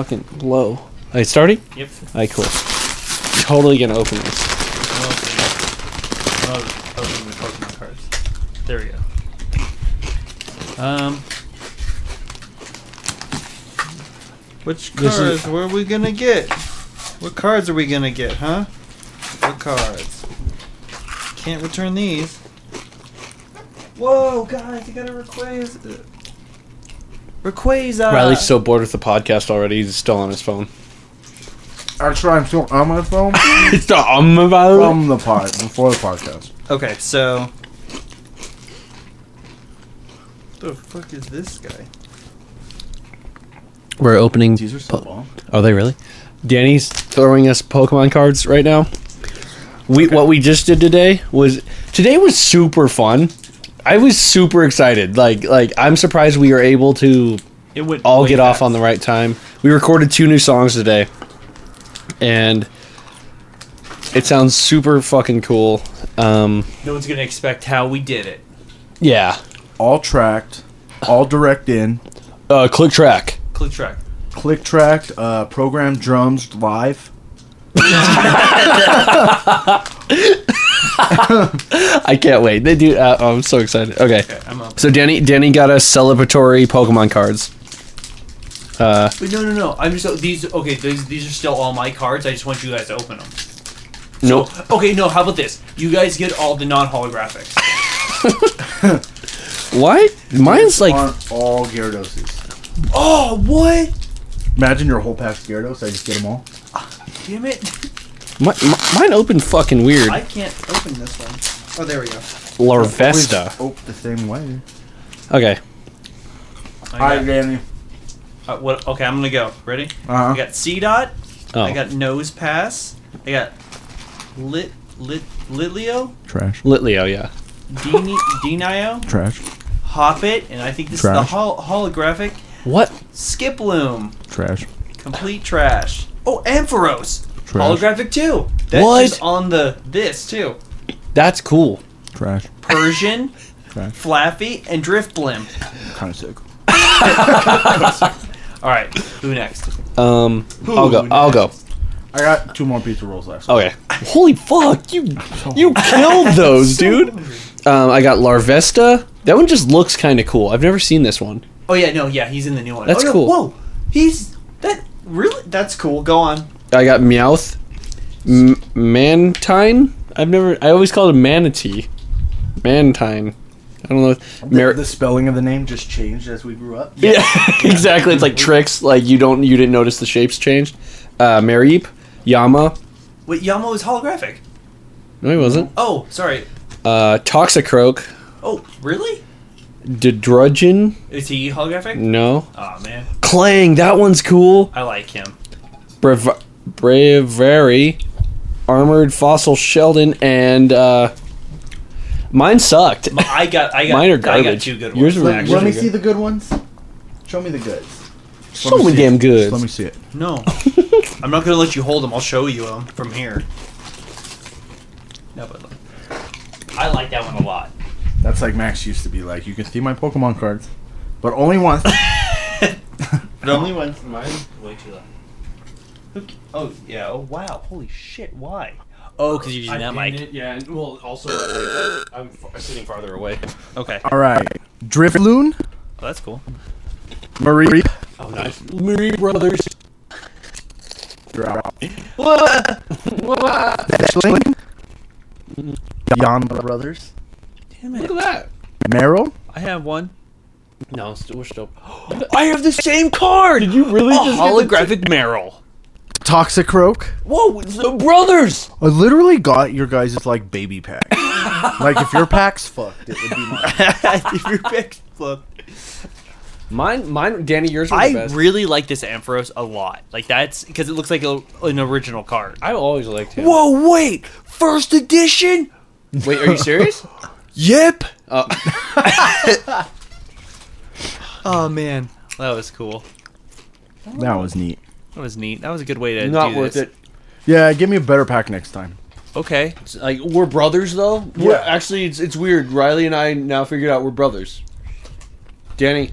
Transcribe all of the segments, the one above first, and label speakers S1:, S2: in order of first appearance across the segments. S1: fucking low. Are you starting?
S2: Yep. Oh,
S1: All right, cool. Totally gonna open this.
S2: Well, then, well, open oh, the Pokemon cards. There we go. Um. Which
S1: This
S2: cards
S1: is-
S2: were we gonna get? What cards are we gonna get, huh? What cards? Can't return these. Whoa, guys, you uh, got a Rayquaza. Rayquaza.
S1: Riley's so bored with the podcast already. He's still on his phone.
S3: Actually, I'm still on my phone
S1: it's the um about.
S3: from the pod before the podcast.
S2: Okay, so. The fuck is this guy?
S1: We're opening.
S3: are so long.
S1: Are they really? Danny's throwing us Pokemon cards right now. We what we just did today was today was super fun. I was super excited. Like like I'm surprised we were able to
S2: It would
S1: all
S2: way
S1: get off
S2: fast.
S1: on the right time. We recorded two new songs today, and it sounds super fucking cool. Um,
S2: No one's gonna expect how we did it.
S1: yeah,
S3: All tracked, all direct in,
S1: uh, click track.
S2: Click track.
S3: click tracked, uh, program drums live.
S1: I can't wait. They do. Uh, oh, I'm so excited. Okay,
S2: Okay, I'm up.
S1: so Danny, Danny got us celebratory Pokemon cards. Uh,
S2: Wait, no, no, no. I'm just these. Okay, these these are still all my cards. I just want you guys to open them.
S1: no,
S2: Okay, no. How about this? You guys get all the non holographics.
S1: what? Mine's like,
S3: on all Gyarados.
S2: oh, what?
S3: Imagine your whole pack of Gyarados. I just get them all.
S2: Damn it!
S1: my, my, mine opened fucking weird.
S2: I can't open this one. Oh, there we go.
S1: Larvesta.
S3: Always ope the same way.
S1: Okay,
S2: I got,
S3: Danny.
S2: uh, what? Okay, I'm gonna go. Ready?
S3: Uh
S2: I got C dot. I
S1: oh,
S2: got nose pass. I got lit lit litlio,
S3: Trash.
S1: Litleo. oh, Yeah,
S2: Dini, denio,
S3: Trash.
S2: hoppit, and I think this is
S3: Trash.
S2: the hol- holographic
S1: what?
S2: skiploom.
S3: Trash.
S2: Complete trash. Oh, Ampharos.
S3: Trash.
S2: Holographic too. That's
S1: What?
S2: just on the this too.
S1: That's cool.
S3: Trash.
S2: Persian,
S3: Trash.
S2: Flaffy, and Driftblim.
S3: Kind of sick.
S2: All right, who next?
S1: Um, I'll
S2: Who
S1: go. I'll go.
S3: I got two more pizza rolls left.
S1: Okay. Holy fuck, you you killed those, dude. Um, I got Larvesta. That one just looks kind of cool. I've never seen this one.
S2: Oh yeah, no, yeah, he's in the new one.
S1: That's
S2: oh, no,
S1: cool.
S2: Whoa, he's that really? That's cool. Go on.
S1: I got Meowth, M- Mantine. I've never. I always called him Manatee. Mantine. I don't know.
S3: The,
S1: Mer-
S3: the spelling of the name just changed as we grew up.
S1: yeah, exactly. It's like tricks. Like you don't. You didn't notice the shapes changed. Uh, Mareep, Yama.
S2: Wait, Yamo is holographic.
S1: No, he wasn't.
S2: Oh, sorry.
S1: Uh, Toxicroak,
S2: Oh, really?
S1: Dedrudgeon.
S2: Is he holographic?
S1: No.
S2: Oh man,
S1: Clang. That one's cool.
S2: I like him.
S1: Brev- Bravery, Armored Fossil Sheldon, and uh, mine sucked.
S2: But I got, Oh, I got,
S1: Mine are
S2: I got
S1: garbage.
S2: two good
S1: Yours
S2: ones.
S1: were-
S3: Let,
S2: actually.
S3: let me
S1: good.
S3: see the good ones. Show me the goods.
S1: So
S3: Let me
S1: many
S3: see it.
S1: damn
S3: Just
S1: goods.
S3: Let me see it.
S2: No, I'm not gonna let you hold them. I'll show you them from here. No, but look. I like that one a lot.
S3: That's like Max used to be like, you can see my Pokemon cards, but only once.
S2: The only one mine's way too loud. Who c- Oh yeah! Oh wow! Holy shit! Why? Oh, because you're using that mic.
S1: yeah, and well, also I'm sitting farther away.
S2: Okay,
S3: All right, Drifloon,
S2: oh, that's cool.
S3: Marie,
S1: Oh, nice. Marie Brothers.
S3: Drop, Dashling, Yon Brothers,
S2: Damn
S1: Look
S2: it!
S1: at that.
S3: Meryl,
S2: I have one.
S1: No, st- we're still. I have the same card. Oh, Did you really
S2: A
S1: just
S2: holographic
S1: Meryl?
S3: Toxicroak.
S1: Whoa, it's the brothers.
S3: I literally got your guys' like baby pack. like if your pack's fucked, it would be mine.
S2: if your pick's flipped.
S1: Mine, mine, Danny, yours were the
S2: I
S1: best.
S2: really like this Ampharos a lot. Like that's because it looks like a, an original card.
S1: I always liked him.
S2: Whoa! Oh, Wait, first edition.
S1: Wait, are you serious?
S2: Yep.
S1: Oh.
S2: oh man, that was cool.
S3: That was neat.
S2: That was neat. That was a good way to
S1: Not
S2: do
S1: worth
S2: this.
S1: it.
S3: Yeah, give me a better pack next time.
S2: Okay.
S1: Like we're brothers though. We're,
S3: Yeah.
S1: Actually, it's it's weird. Riley and I now figured out we're brothers. Danny,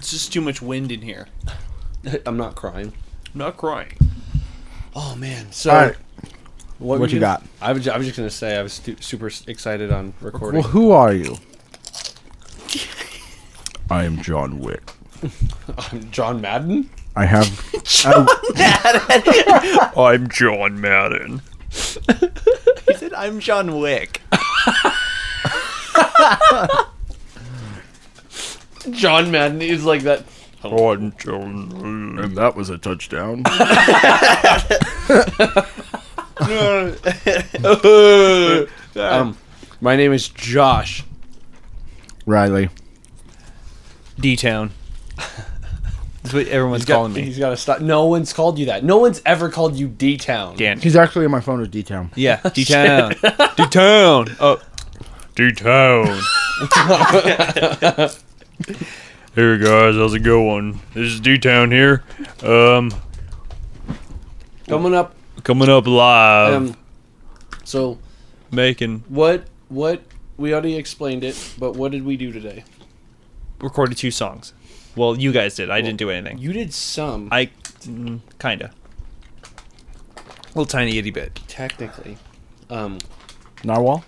S2: just too much wind in here.
S1: I'm not crying.
S2: I'm not crying.
S1: Oh man! So
S3: All right.
S1: what,
S3: What
S1: were
S3: you got?
S1: I was, ju- I was just gonna say I was stu- super s- excited on recording.
S3: Well, who are you? I am John Wick.
S1: I'm John Madden.
S3: I have. John
S2: I'm John Madden. he said, "I'm John Wick."
S1: John Madden is like that.
S2: I'm John.
S3: and that was a touchdown.
S1: Um, my name is Josh.
S3: Riley.
S2: D Town. That's what everyone's
S1: He's got-
S2: calling me.
S1: He's got to stop. No one's called you that. No one's ever called you D Town.
S2: Dan.
S3: He's actually on my phone with D Town.
S2: Yeah, D Town. D Town. Oh, D Town. hey guys, how's it going? This is D Town here. Um,
S1: Coming up.
S2: coming up live,
S1: Um, so
S2: making
S1: what? What? We already explained it, but what did we do today?
S2: recorded two songs. Well, you guys did. I didn't do anything.
S1: You did some,
S2: I mm, kinda little tiny itty bit.
S1: technically. Um,
S3: Narwhal?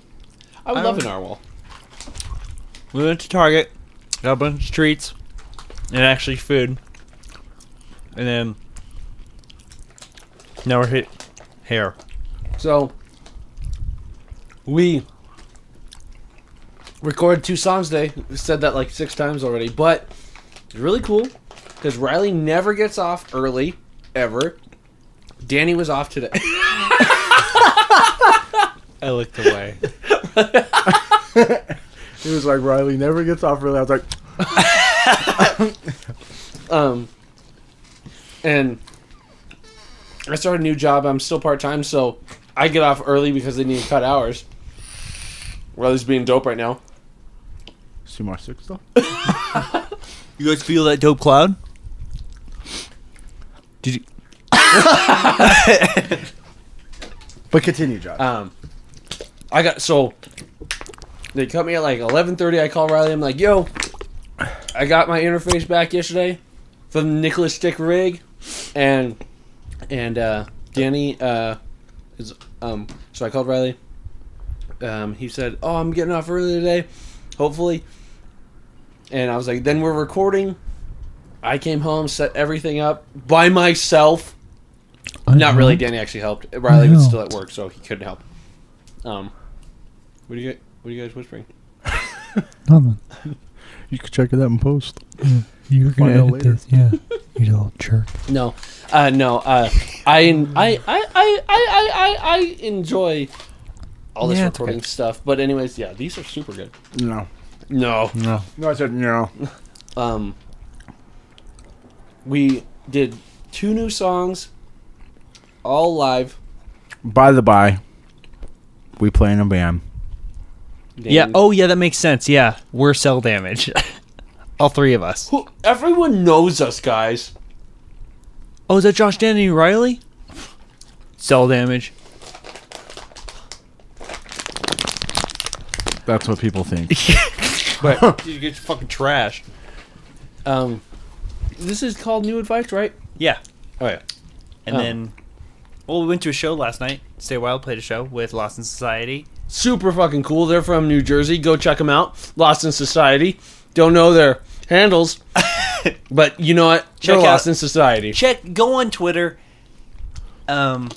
S1: I would love an narwhal.
S2: We went to Target, got a bunch of treats, and actually food, and then now we're hit hair.
S1: So we recorded two songs today. We said that like six times already, but it's really cool because Riley never gets off early ever. Danny was off today.
S2: I looked away.
S3: He was like, Riley never gets off really. I was like,
S1: Um, and I started a new job. I'm still part time, so I get off early because they need to cut hours. Riley's being dope right now.
S3: Sumar 6 though?
S2: you guys feel that dope cloud? Did you?
S3: But continue, Josh.
S1: Um, I got so they cut me at like eleven thirty. I call Riley. I'm like, "Yo, I got my interface back yesterday from the Nicholas Stick rig, and and uh, Danny uh, is um." So I called Riley. Um, he said, "Oh, I'm getting off early today, hopefully." And I was like, "Then we're recording." I came home, set everything up by myself. Not really. Danny actually helped. Riley was still at work, so he couldn't help. Um, what do you guys, what are you guys whispering?
S4: Nothing.
S3: you could check it out in post.
S4: You're
S3: Find
S4: gonna
S3: out
S4: edit
S3: later.
S4: this, yeah. You little jerk.
S1: No, uh, no. Uh, I, I, I, I, I, I, I enjoy all this
S2: Yeah, it's
S1: recording stuff, but anyways, yeah, these are super good.
S3: No.
S1: No,
S2: No.
S3: No, I said no.
S1: um, we did two new songs, all live.
S3: By the by, we play in a band.
S2: Yeah.
S1: And
S2: Oh, yeah. That makes sense. Yeah, we're cell damage. All three of us.
S1: who- everyone knows us, guys.
S2: Oh, is that Josh, Dan, and Riley? Cell damage.
S3: That's what people think.
S2: But you get fucking trash.
S1: Um, this is called New Advice, right?
S2: Yeah.
S1: Oh yeah.
S2: And
S1: Oh.
S2: then, well, we went to a show last night. Stay Wild played a show with Lost in Society.
S1: super fucking cool. They're from New Jersey. Go check them out. Lost in Society. Don't know their handles, but you know what? They're
S2: Check
S1: Lost
S2: out-
S1: in Society.
S2: Check, go on Twitter. Um,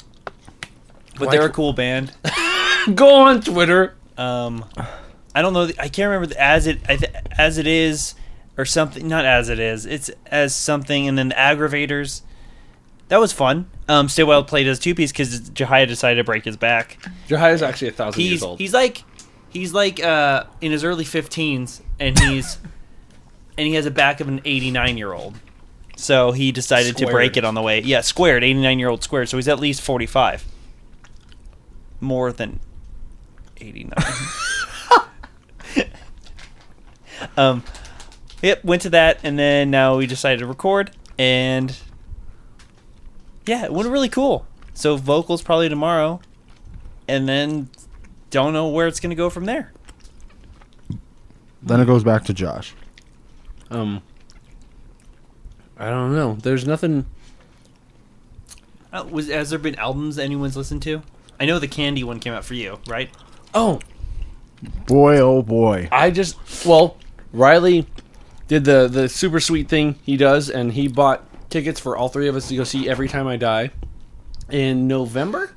S2: but they're a cool band.
S1: Go on Twitter.
S2: Um, I don't know. the- I can't remember the, as it I th- as it is or something. Not as it is. It's as something, and then aggravators. That was fun. Um, Stay Wild played as two piece because Jahia decided to break his back.
S1: Jahia's actually a thousand
S2: he's
S1: years old.
S2: he's like he's like uh in his early 15s and he's and he has a back of an 89 year old so he decided to break
S1: Squared.
S2: it on the way yeah squared 89 year old squared so he's at least 45 more than 89 um yep went to that and then now we decided to record and yeah it went really cool so vocals probably tomorrow and then don't know where it's going to go from there.
S3: then it goes back to Josh.
S1: um, I don't know. There's nothing.
S2: Uh, was has there been albums anyone's listened to? I know the Candy one came out for you, right?
S1: Oh,
S3: Boy, oh boy.
S1: I just well, Riley did the the super sweet thing he does, and he bought tickets for all three of us to go see Every Time I Die in November.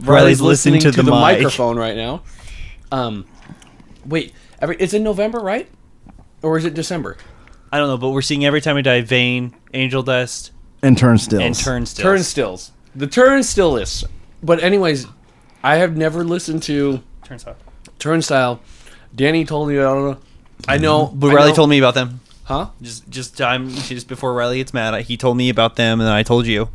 S2: Riley's listening to the mic.
S1: microphone right now. Um, wait, every it's in November, right? Or is it December?
S2: I don't know, but we're seeing every time I die, Vane, Angel Dust,
S3: And turnstiles.
S2: and Turnstiles.
S1: Turnstills. The Turnstill list. But anyways, I have never listened to
S2: Turnstile.
S1: Turnstile. Danny told me I don't know. I know,
S2: But
S1: I
S2: Riley
S1: know-
S2: told me about them.
S1: huh?
S2: Just, just time, just before Riley gets mad, I- he told me about them, and then I told you.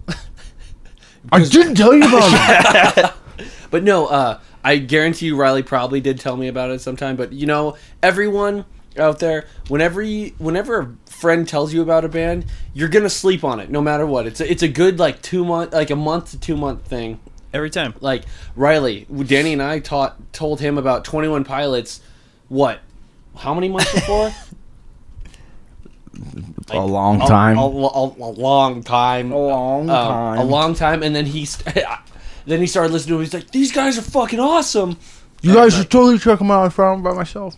S3: I didn't tell you about it.
S1: But no, uh, I guarantee you, Riley probably did tell me about it sometime. But you know, everyone out there, whenever you, whenever a friend tells you about a band, you're gonna sleep on it no matter what. It's a, it's a good like two month, like a month to two month thing.
S2: Every time.
S1: Like Riley, Danny, and I taught told him about Twenty One Pilots. What? How many months before?
S3: a long
S1: a-
S3: time.
S1: A, a- a long time. Um, A
S3: Uh, long time.
S1: A long time. And then he, st- then he started listening to. Him. He's like, "These guys are fucking awesome."
S3: you guys should totally check them out. I found them by myself.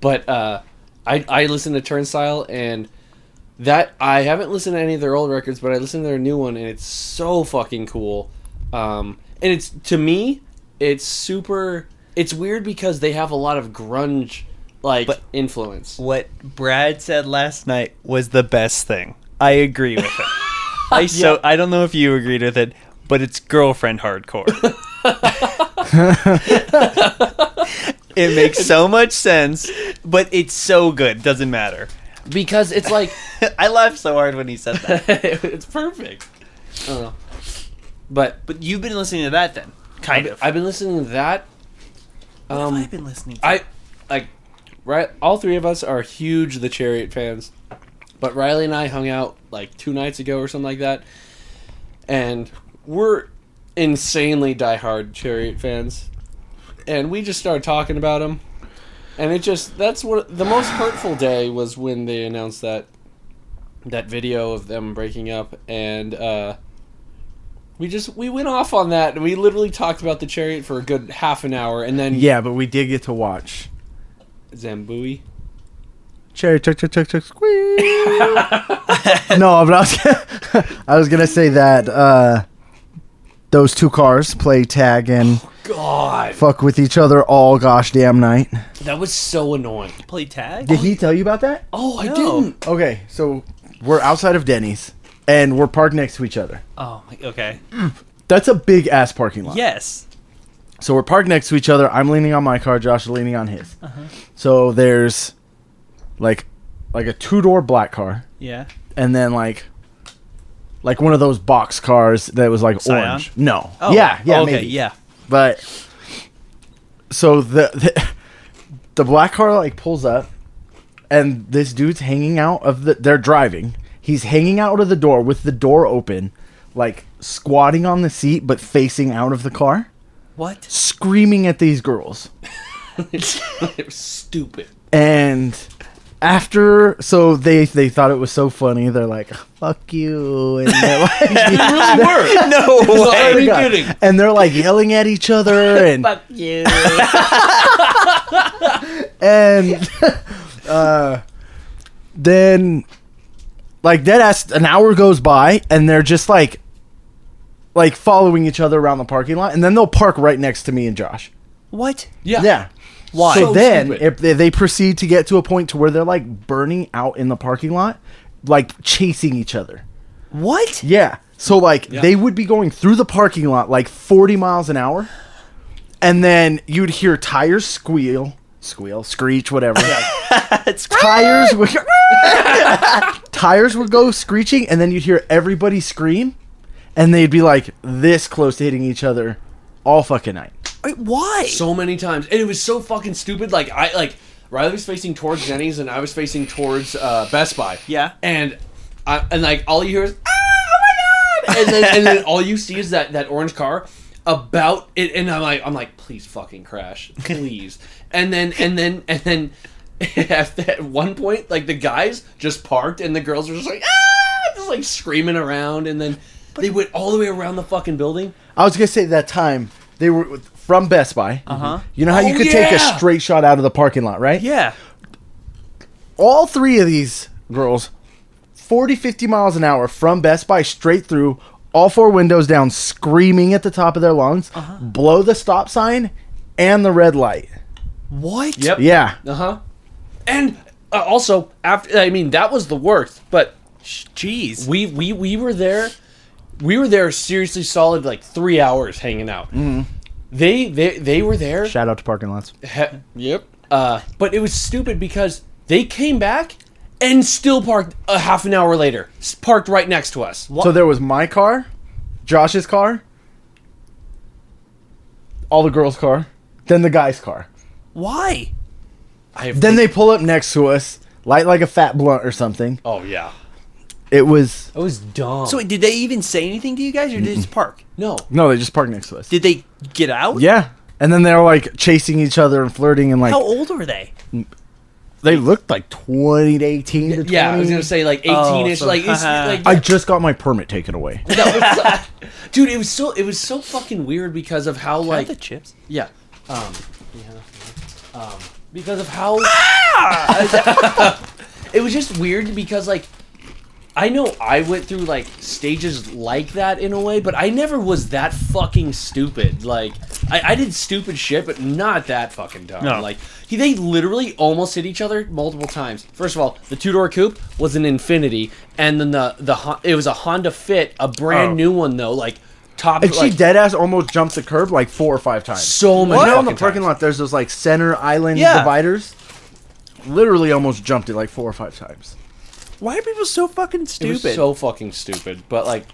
S1: But uh, I I listened to Turnstile and that I haven't listened to any of their old records, but I listened to their new one and it's so fucking cool. Um, and it's to me, it's super. It's weird because they have a lot of grunge like
S2: But-
S1: influence.
S2: What Brad said last night was the best thing. I agree with it. I so I don't know if you agreed with it, but it's girlfriend hardcore. it makes so much sense, but it's so good. Doesn't matter.
S1: Because it's like
S2: I laughed so hard when he said that.
S1: it's perfect. I don't know. But
S2: But you've been listening to that then, kind
S1: I've been listening to that. Um,
S2: I've been listening. To
S1: I like right. All three of us are huge The Chariot fans, but Riley and I hung out like two nights ago or something like that, and we're insanely diehard Chariot fans, and we just started talking about them, and it just that's what the most hurtful day was when they announced that that video of them breaking up and. uh we just we went off on that and we literally talked about the chariot for a good half an hour and then
S3: yeah, but we did get to watch.
S1: Zambui.
S3: Cherry, check, check, check, check, squeeze. no, but I was, gonna, I was gonna say that uh, those two cars play tag and
S1: God,
S3: fuck with each other all gosh damn night.
S1: that was so annoying.
S2: play tag.
S3: Did he tell you about that?
S1: Oh, I
S2: No.
S1: didn't.
S3: Okay, so we're outside of Denny's and we're parked next to each other.
S2: Oh, my- okay.
S3: That's a big ass parking lot.
S2: Yes.
S3: So we're parked next to each other. I'm leaning on my car. Josh is leaning on his. So there's like like a two door black car,
S2: Yeah.
S3: and then like like one of those box cars that was like
S2: Scion? Oh.
S3: orange. No. Yeah. Yeah.
S2: Okay.
S3: maybe.
S2: Yeah.
S3: But so the, the the black car like pulls up, and this dude's hanging out of the. They're driving. He's hanging out of the door with the door open, like squatting on the seat but facing out of the car,
S2: What?
S3: screaming at these girls.
S1: It was stupid.
S3: And after, so they they thought it was so funny. They're like, "Fuck you," and they're like,
S1: It really were.
S2: No
S1: Are
S2: way.
S1: you
S3: God.
S1: kidding?
S3: and they're like yelling at each other and
S1: Fuck you.
S3: and uh, then like that ass an hour goes by and they're just like like following each other around the parking lot and then they'll park right next to me and josh
S2: What?
S1: Yeah.
S3: yeah
S1: Why?
S3: so,
S1: So
S3: then
S1: stupid.
S3: if they, they proceed to get to a point to where they're like burning out in the parking lot like chasing each other
S2: What?
S3: yeah so like
S1: Yeah.
S3: they would be going through the parking lot like 40 miles an hour and then you'd hear tires squeal squeal screech whatever
S2: That's
S3: tires would tires would go screeching, and then you'd hear everybody scream, and they'd be like this close to hitting each other all fucking night.
S2: Wait, why?
S1: So many times, and it was so fucking stupid. Like I like Riley was facing towards Denny's, and I was facing towards uh, Best Buy.
S2: Yeah.
S1: And I, and like all you hear is ah, oh my god, and then and then all you see is that that orange car about it, and I'm like I'm like please fucking crash, please, and then and then and then at, at one point, like the guys just parked and the girls were just like, ah, just like screaming around, and then they went all the way around the fucking building.
S3: I was gonna say that time they were with- from Best Buy. Mm-hmm.
S2: Uh-huh.
S3: You know how you
S1: Oh,
S3: could take a
S1: yeah!
S3: straight shot out of the parking lot, right?
S2: Yeah.
S3: All three of these girls, 40, 50 miles an hour from Best Buy straight through, all four windows down, screaming at the top of their lungs, blow the stop sign and the red light.
S2: What?
S1: Yep.
S3: Yeah.
S1: Uh huh. And uh, also after, I mean, that was the worst, but
S2: Jeez.
S1: we we we were there we were there seriously solid like three hours hanging out they they they were there
S3: Shout out to parking lots.
S1: He- yep uh but it was stupid because they came back and still parked a half an hour later s- parked right next to us
S3: So there was my car, Josh's car, all the girls' car, then the guy's car.
S2: Why?
S1: I have-
S3: Then they pull up next to us, light like a fat blunt or something.
S1: oh yeah
S3: It was
S1: it was dumb
S2: So wait, did they even say anything to you guys, or did they just park?
S1: no
S3: no, they just parked next to us.
S2: Did they get out?
S3: Yeah. And then they're like chasing each other and flirting and like
S2: How old were they?
S3: they looked like 20 to 18 to 20.
S1: yeah i was gonna say like 18
S2: Oh,
S1: ish
S2: so-
S1: like, it's, like
S3: Mm. I just got my permit taken away.
S1: that was, dude it was so it was so fucking weird because of how like
S2: Like the chips.
S1: Yeah. Um, yeah. Um, because of how. it was just weird because, like, I know I went through, like, stages like that in a way, but I never was that fucking stupid. Like, I, I did stupid shit, but not that fucking dumb.
S2: No.
S1: Like, he, they literally almost hit each other multiple times. First of all, the two door coupe was an Infinity, and then the, the Hon- it was a Honda Fit, a brand
S3: Oh.
S1: new one, though. Like, top
S3: And
S1: like,
S3: she dead ass almost jumped the curb like four or five times.
S1: so much.
S3: you know in the
S1: fucking
S3: parking
S1: times.
S3: lot there's those like center island
S2: Yeah.
S3: dividers. Literally almost jumped it like four or five times.
S2: Why are people so fucking
S1: It
S2: stupid?
S1: was so fucking stupid. But like,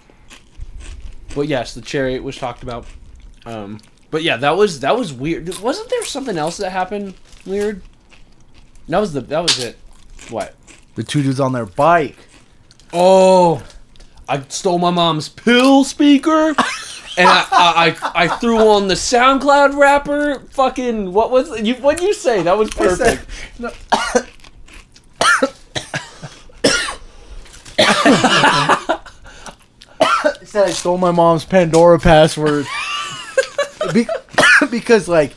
S1: but yes, the chariot was talked about. Um, but yeah, that was that was weird. Wasn't there something else that happened weird? That was the that was it. What?
S3: The two dudes on their bike.
S1: Oh, I stole my mom's pill speaker. And I, I, I, I threw on the SoundCloud rapper. Fucking what was you? What would you say? That was perfect.
S3: I said I stole my mom's Pandora password. Be- because like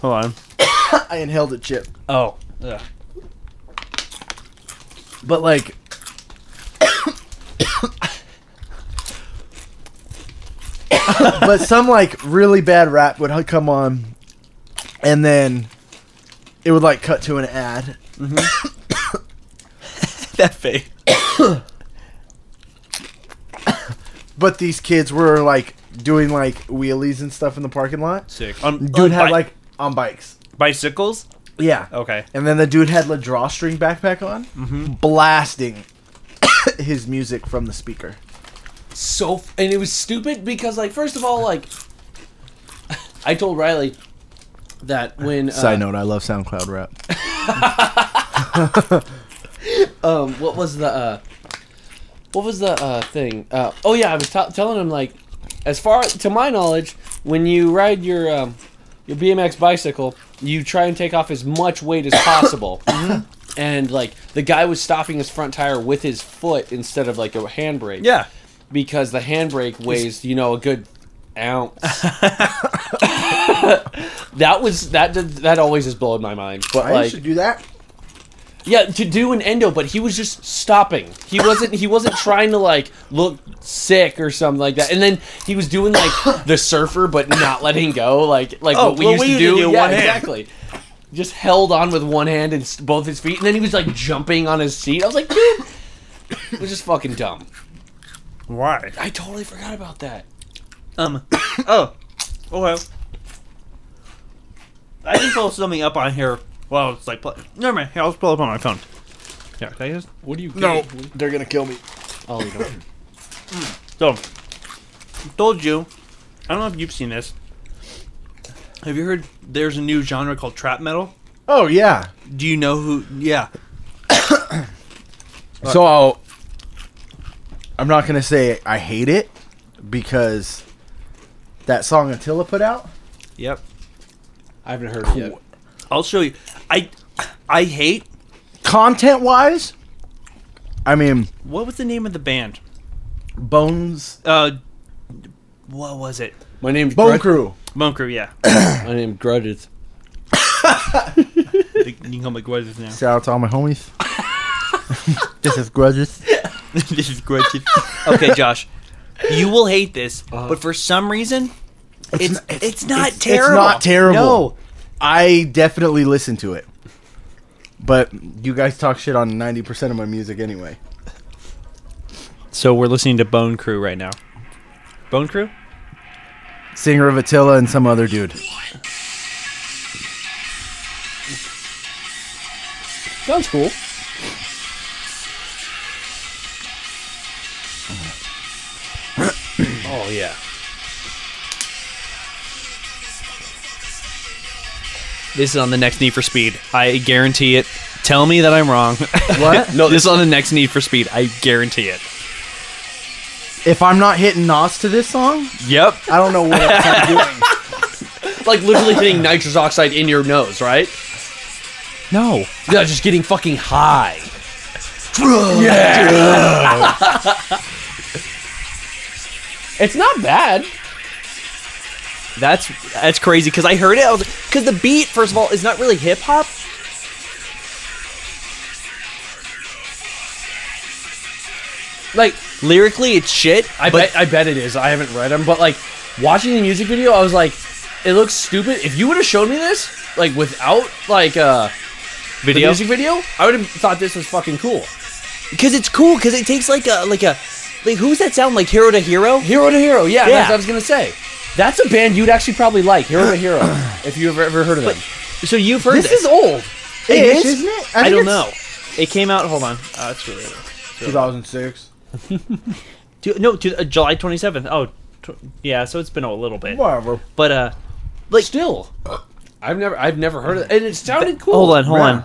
S2: Hold on.
S3: I inhaled a chip.
S2: Oh.
S3: But like But some like really bad rap would h- come on and then it would like cut to an ad.
S2: Mm-hmm. That fake.
S3: But these kids were like doing like wheelies and stuff in the parking lot.
S2: Sick. On,
S3: Dude had
S2: Um, bi-
S3: like on bikes.
S2: bicycles.
S3: Yeah.
S2: Okay.
S3: And then the dude had the drawstring backpack on, blasting his music from the speaker.
S1: so f- and it was stupid because like first of all like I told Riley that when uh,
S3: Side note: I love SoundCloud rap.
S1: um what was the uh what was the uh thing uh oh yeah I was t- telling him like as far to my knowledge when you ride your um your BMX bicycle you try and take off as much weight as possible
S3: Mm-hmm.
S1: and like the guy was stopping his front tire with his foot instead of like a handbrake
S2: Yeah.
S1: because the handbrake weighs, you know, a good ounce. that was that did- that always has blown my mind. But
S3: I
S1: like,
S3: used to do that.
S1: yeah, to do an endo, but he was just stopping. He wasn't he wasn't trying to like look sick or something like that. And then he was doing like the surfer, but not letting go, like like
S2: Oh,
S1: what we
S2: well,
S1: used
S2: we
S1: to
S2: used
S1: do.
S2: to do
S1: yeah,
S2: one hand.
S1: exactly. Just held on with one hand and s- both his feet, and then he was like jumping on his seat. I was like, dude, it was just fucking dumb.
S2: Why?
S1: I totally forgot about that.
S2: Um. oh. Oh well. I can pull something up on here. Well, it's like. Pl- Never mind. Here, I'll just pull it up on my phone. Yeah. Can I just?
S1: What do you? get?
S3: they're gonna kill me.
S1: Oh, you don't.
S2: So, told you. I don't know if you've seen this. Have you heard? There's a new genre called trap metal.
S3: Oh yeah.
S2: Do you know who? Yeah.
S3: So I'll, I'm not gonna say I hate it because that song Attila put out.
S2: Yep.
S1: I haven't heard it yet.
S2: I'll show you. I I hate
S3: Content wise, I mean,
S2: what was the name of the band?
S3: Bones,
S2: Uh, what was it?
S1: My name's
S3: Bone
S1: Grud-
S3: Crew.
S2: Bone Crew, yeah.
S1: My name Grudges.
S2: you can call me Grudges now.
S3: Shout out to all my homies. this is grudges.
S2: this is Grudges. okay, Josh, you will hate this, but for some reason, it's it's, not
S3: Uh-huh. it's- it's
S2: terrible.
S3: not terrible.
S2: No,
S3: I definitely listen to it, but you guys talk shit on ninety percent of my music anyway.
S2: So we're listening to Bone Crew right now. Bone Crew?
S3: Singer of Attila and some other dude.
S1: Sounds cool.
S5: Oh yeah.
S2: This is on the next Need for Speed. I guarantee it. Tell me that I'm wrong.
S3: What?
S2: no, this is on the next Need for Speed. I guarantee it.
S3: if I'm not hitting nos to this song,
S2: Yep.
S3: I don't know what else I'm doing.
S1: Like literally hitting nitrous oxide in your nose, right?
S2: No.
S1: Yeah, just getting fucking high. yeah. it's not bad.
S2: That's that's crazy because I heard it. I was because the beat, first of all, is not really hip hop. Like lyrically, it's shit.
S1: I
S2: but
S1: bet I bet it is. I haven't read them, but like watching the music video, I was like, it looks stupid. If you would have shown me this, like without like uh the
S2: video
S1: music video, I would have thought this was fucking cool.
S2: because it's cool because it takes like a like a like who's that sound like hero to hero?
S1: Hero to Hero, yeah,
S2: Yeah.
S1: that's what I was gonna say. That's a band you'd actually probably like, Hero to Hero, if you've ever heard of them.
S2: So you've heard
S1: this is old.
S3: It
S2: is?
S3: isn't it?
S2: I,
S3: think
S2: don't
S3: it's
S2: know. It came out. Hold on. Uh, it's really
S3: 2006.
S2: to, no to uh, July twenty seventh. Oh, tw- yeah. So it's been a little bit.
S3: Whatever.
S2: But uh,
S1: Like still, I've never I've never heard of it, and it sounded cool.
S2: hold on, hold
S3: Right.
S2: on.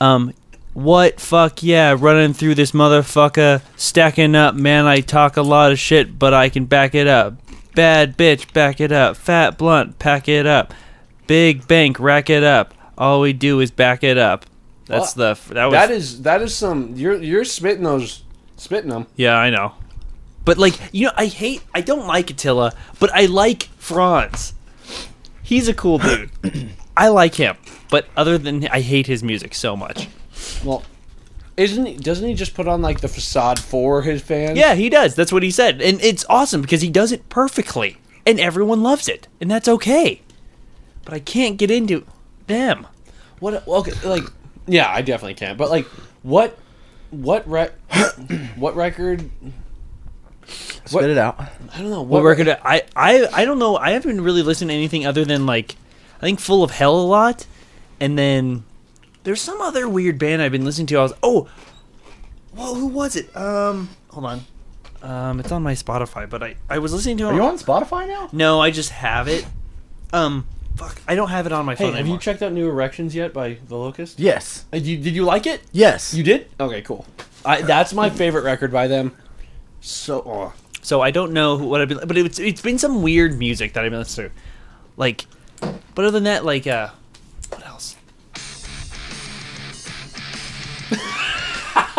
S2: Um, what fuck yeah? Running through this motherfucker, stacking up, man. I talk a lot of shit, but I can back it up. Bad bitch, back it up. Fat blunt, pack it up. Big bank, rack it up. All we do is back it up. That's the f- that was
S1: That is that is some you're you're spitting those spitting them.
S2: yeah I know. But like you know, I hate I don't like Attila, but I like Franz. He's a cool dude. I like him, but other than I hate his music so much.
S1: Well, isn't he, doesn't he just put on like the facade for his fans?
S2: Yeah, he does. That's what he said. And it's awesome because he does it perfectly. And everyone loves it. And that's okay. But I can't get into them.
S1: What? Okay. Like, yeah, I definitely can. But like, what? What rec? what record?
S3: Spit it out.
S1: I don't know. What,
S2: What record I, I I don't know. I haven't really listened to anything other than like I think Full of Hell a lot. And then there's some other weird band I've been listening to. I was oh Well, who was it? Um hold on. Um it's on my Spotify, but I, I was listening to
S3: Are you on Spotify now?
S2: No, I just have it. Um fuck, I don't have it on my
S1: Hey,
S2: phone
S1: have
S2: anymore.
S1: you checked out New Erections yet by The Locust?
S3: Yes.
S1: Uh, you- did you like it?
S3: Yes.
S1: You did? Okay, cool. I, that's my favorite record by them. So, oh.
S2: So I don't know who- what I've been, but it's it's been some weird music that I've been listening to, like. But other than that, like, uh, what else?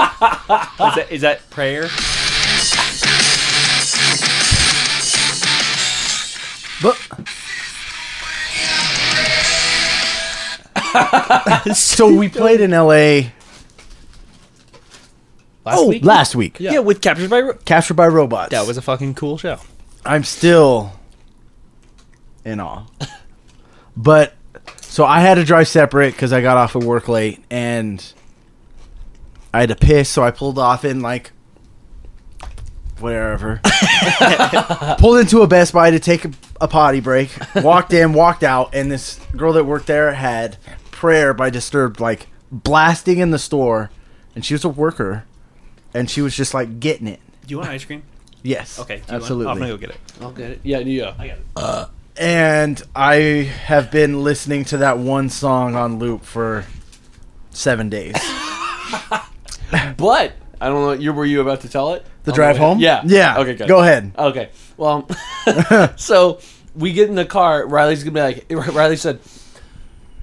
S2: is, that, is that prayer?
S3: But so we played in LA
S1: last
S2: Oh,
S1: week?
S3: last week.
S2: Yeah, with captured by Ro-
S3: Captured by robots.
S2: that was a fucking cool show.
S3: I'm still in awe. but so I had to drive separate because I got off of work late and I had to piss, so I pulled off in like wherever. pulled into a Best Buy to take a, a potty break. Walked in, walked out, and this girl that worked there had "Prayer" by Disturbed like blasting in the store, and she was a worker, and she was just like getting it.
S2: Do you want ice cream?
S3: Yes.
S2: Okay, do you want-
S3: Absolutely
S2: I'm gonna go get it.
S1: I'll get it. Yeah, yeah.
S2: I got it.
S3: and I have been listening to that one song on loop for seven days.
S1: But I don't know. You were you about to tell it?
S3: The
S1: On
S3: drive
S1: way-
S3: home?
S1: Yeah.
S3: Yeah.
S1: Okay. Good.
S3: Go ahead.
S1: Okay. Well, so we get in the car. Riley's gonna be like. Riley said,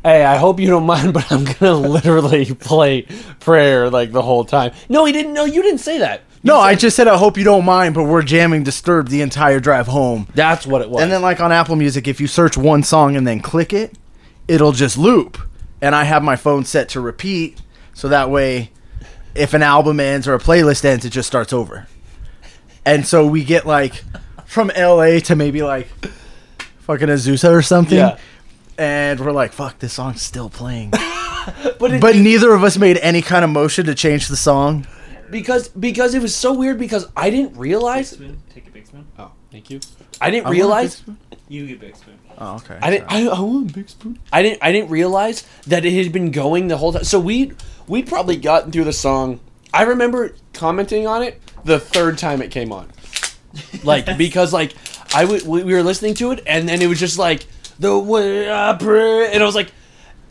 S1: "Hey, I hope you don't mind, but I'm gonna literally play prayer like the whole time." No, he didn't. No, you didn't say that.
S3: No, I just said I hope you don't mind, but we're jamming Disturbed the entire drive home.
S1: That's what it was.
S3: And then, like on Apple Music, if you search one song and then click it, it'll just loop. And I have my phone set to repeat, so that way, if an album ends or a playlist ends, it just starts over. And so we get like from LA to maybe like fucking Azusa or something.
S1: Yeah.
S3: And we're like, fuck, this song's still playing.
S1: but, it,
S3: but neither of us made any kind of motion to change the song.
S1: because because it was so weird because I didn't realize.
S5: spoon. Take a big spoon.
S1: Oh, thank you. I didn't realize.
S3: Realized?
S5: You get big spoon.
S3: Oh, okay.
S1: I didn't. I, I want a big spoon. I didn't. I didn't realize that it had been going the whole time. So we we probably gotten through the song. I remember commenting on it the third time it came on, like because like I w- we we were listening to it and then it was just like the way I pray and I was like,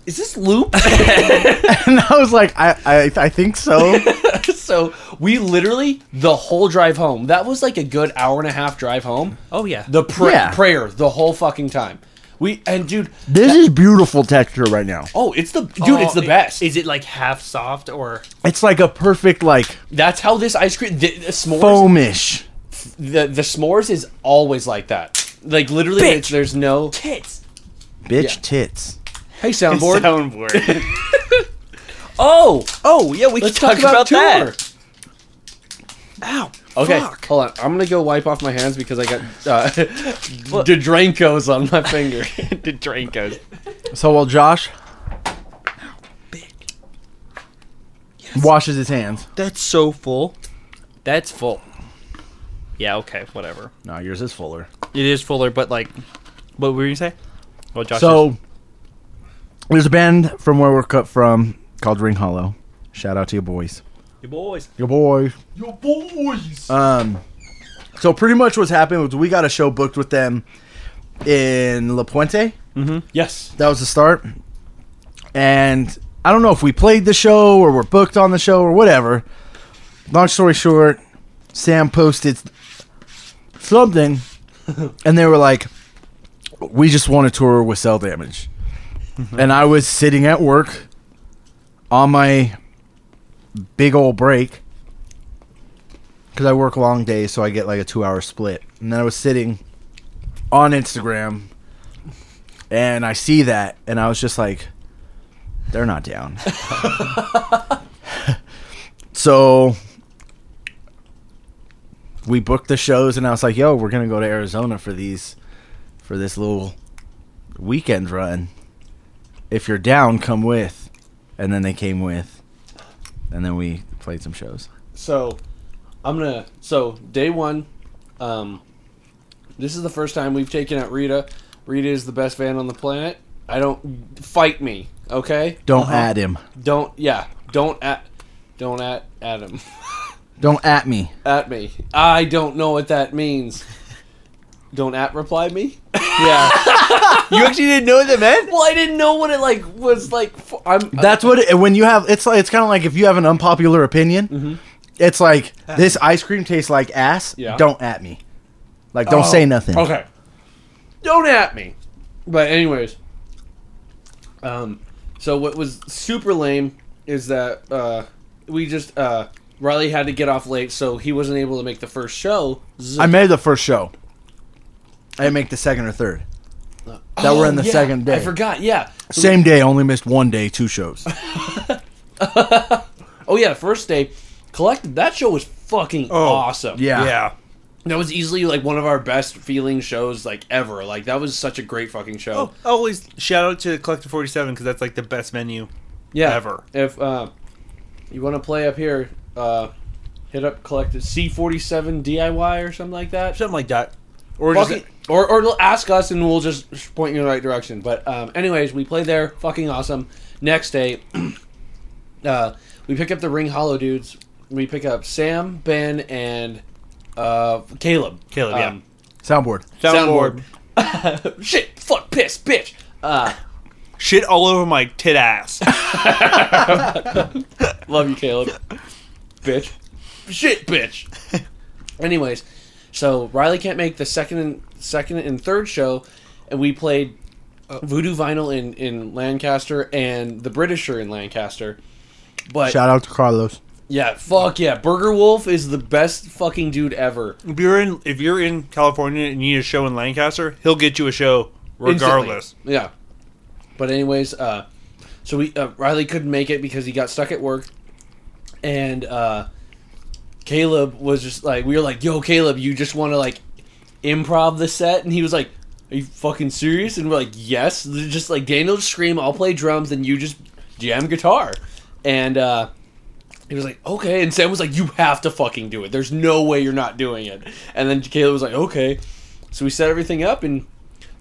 S1: is this loop?
S3: and I was like, I, I, I think so.
S1: so we literally the whole drive home. That was like a good hour and a half drive home.
S2: Oh yeah.
S1: The pra-
S3: Yeah.
S1: prayer the whole fucking time. We and dude,
S3: This is beautiful texture right now.
S1: oh, it's the dude,
S2: Oh,
S1: it's the
S2: i-
S1: best.
S2: Is it like half soft or
S3: It's like a perfect like
S1: That's how this ice cream the, the s'mores.
S3: foamish.
S1: The the s'mores is always like that. Like literally,
S2: Bitch.
S1: it's, there's no.
S2: tits?
S3: Bitch
S1: Yeah.
S3: tits.
S1: Hey, soundboard.
S5: Soundboard.
S2: Oh, oh yeah. We
S1: Let's
S2: can
S1: talk, about, that.
S2: Ow.
S1: Okay,
S2: Fuck.
S1: hold on. I'm gonna go wipe off my hands because I got uh, Dodrenko's on my finger.
S5: the drain goes.
S3: So while Josh washes his hands.
S2: That's so full. That's full. Yeah. Okay. Whatever.
S3: No, yours is fuller.
S2: It is fuller, but like, what were you gonna say? Well, Josh.
S3: so there's a band from where we're cut from called Ring Hollow. Shout out to your boys.
S2: your boys.
S3: Your boys.
S5: Your boys.
S3: Um, so pretty much what's happened was we got a show booked with them in La Puente.
S1: yes.
S3: That was the start. And I don't know if we played the show or were booked on the show or whatever. Long story short, Sam posted something and they were like, We just want to tour with cell damage. and I was sitting at work on my big old break because I work long days, so I get like a two hour split. And then I was sitting on Instagram and I see that, and I was just like, they're not down. so we booked the shows, and I was like, yo, we're gonna go to Arizona for these, for this little weekend run. If you're down, come with. And then they came with, and then we played some shows.
S1: So I'm gonna. So day one. Um, this is the first time we've taken out Rita. Rita is the best van on the planet. I don't fight me, okay?
S3: Don't at him.
S1: Don't yeah. Don't at. Don't at Adam.
S3: Don't at me.
S1: at me. I don't know what that means. Don't at reply me. Yeah.
S2: You actually didn't know what that meant.
S1: well, I didn't know what it like was like. For, I'm
S3: That's what it, when you have it's like it's kind of like if you have an unpopular opinion, it's like this ice cream tastes like ass.
S1: Yeah.
S3: Don't at me. Like don't
S1: Oh,
S3: say nothing.
S1: Okay. Don't at me. But anyways, um, so what was super lame is that uh, we just uh, Riley had to get off late, so he wasn't able to make the first show.
S3: I made the first show. I didn't make the second or third. That were in the
S1: Oh, yeah,
S3: second day.
S1: I forgot. Yeah.
S3: Same day, only missed one day, two shows.
S1: Oh yeah, first day. Collected that show was fucking
S2: Oh,
S1: awesome.
S3: Yeah.
S1: That was easily like one of our best feeling shows like ever. Like that was such a great fucking show.
S2: Oh, always shout out to Collective Forty Seven because that's like the best menu.
S1: yeah.
S2: Ever.
S1: If uh, you want to play up here, uh, hit up collected C forty seven DIY or something like that.
S2: Something like that. Or
S1: Fucking- or or they'll ask us and we'll just point you in the right direction. But um, anyways, we played there, fucking awesome. Next day, uh, we pick up the Ring Hollow dudes. We pick up Sam, Ben, and uh, Caleb.
S2: Caleb, yeah.
S3: Soundboard.
S2: soundboard.
S1: Um, soundboard. Shit, fuck, piss, bitch. Uh,
S2: Shit all over my tit ass.
S1: Love you, Caleb. bitch. Shit, bitch. Anyways, so Riley can't make the second and second and third show, and we played uh, Voodoo Vinyl in in Lancaster and the Britisher in Lancaster. But
S3: Shout out to Carlos.
S1: yeah, fuck yeah, Burger Wolf is the best fucking dude ever.
S5: If you're in if you're in California and you need a show in Lancaster, he'll get you a show
S1: Instantly.
S5: regardless.
S1: Yeah. But anyways, uh, so we uh, Riley couldn't make it because he got stuck at work, and uh, Caleb was just like, we were like, "Yo, Caleb, you just want to like improv the set?" And he was like, "Are you fucking serious?" And we're like, "Yes." Just like Daniel, just scream, "I'll play drums," and you just jam guitar, and. uh he was like, okay. And Sam was like, you have to fucking do it. There's no way you're not doing it. And then Caleb was like, okay. So we set everything up and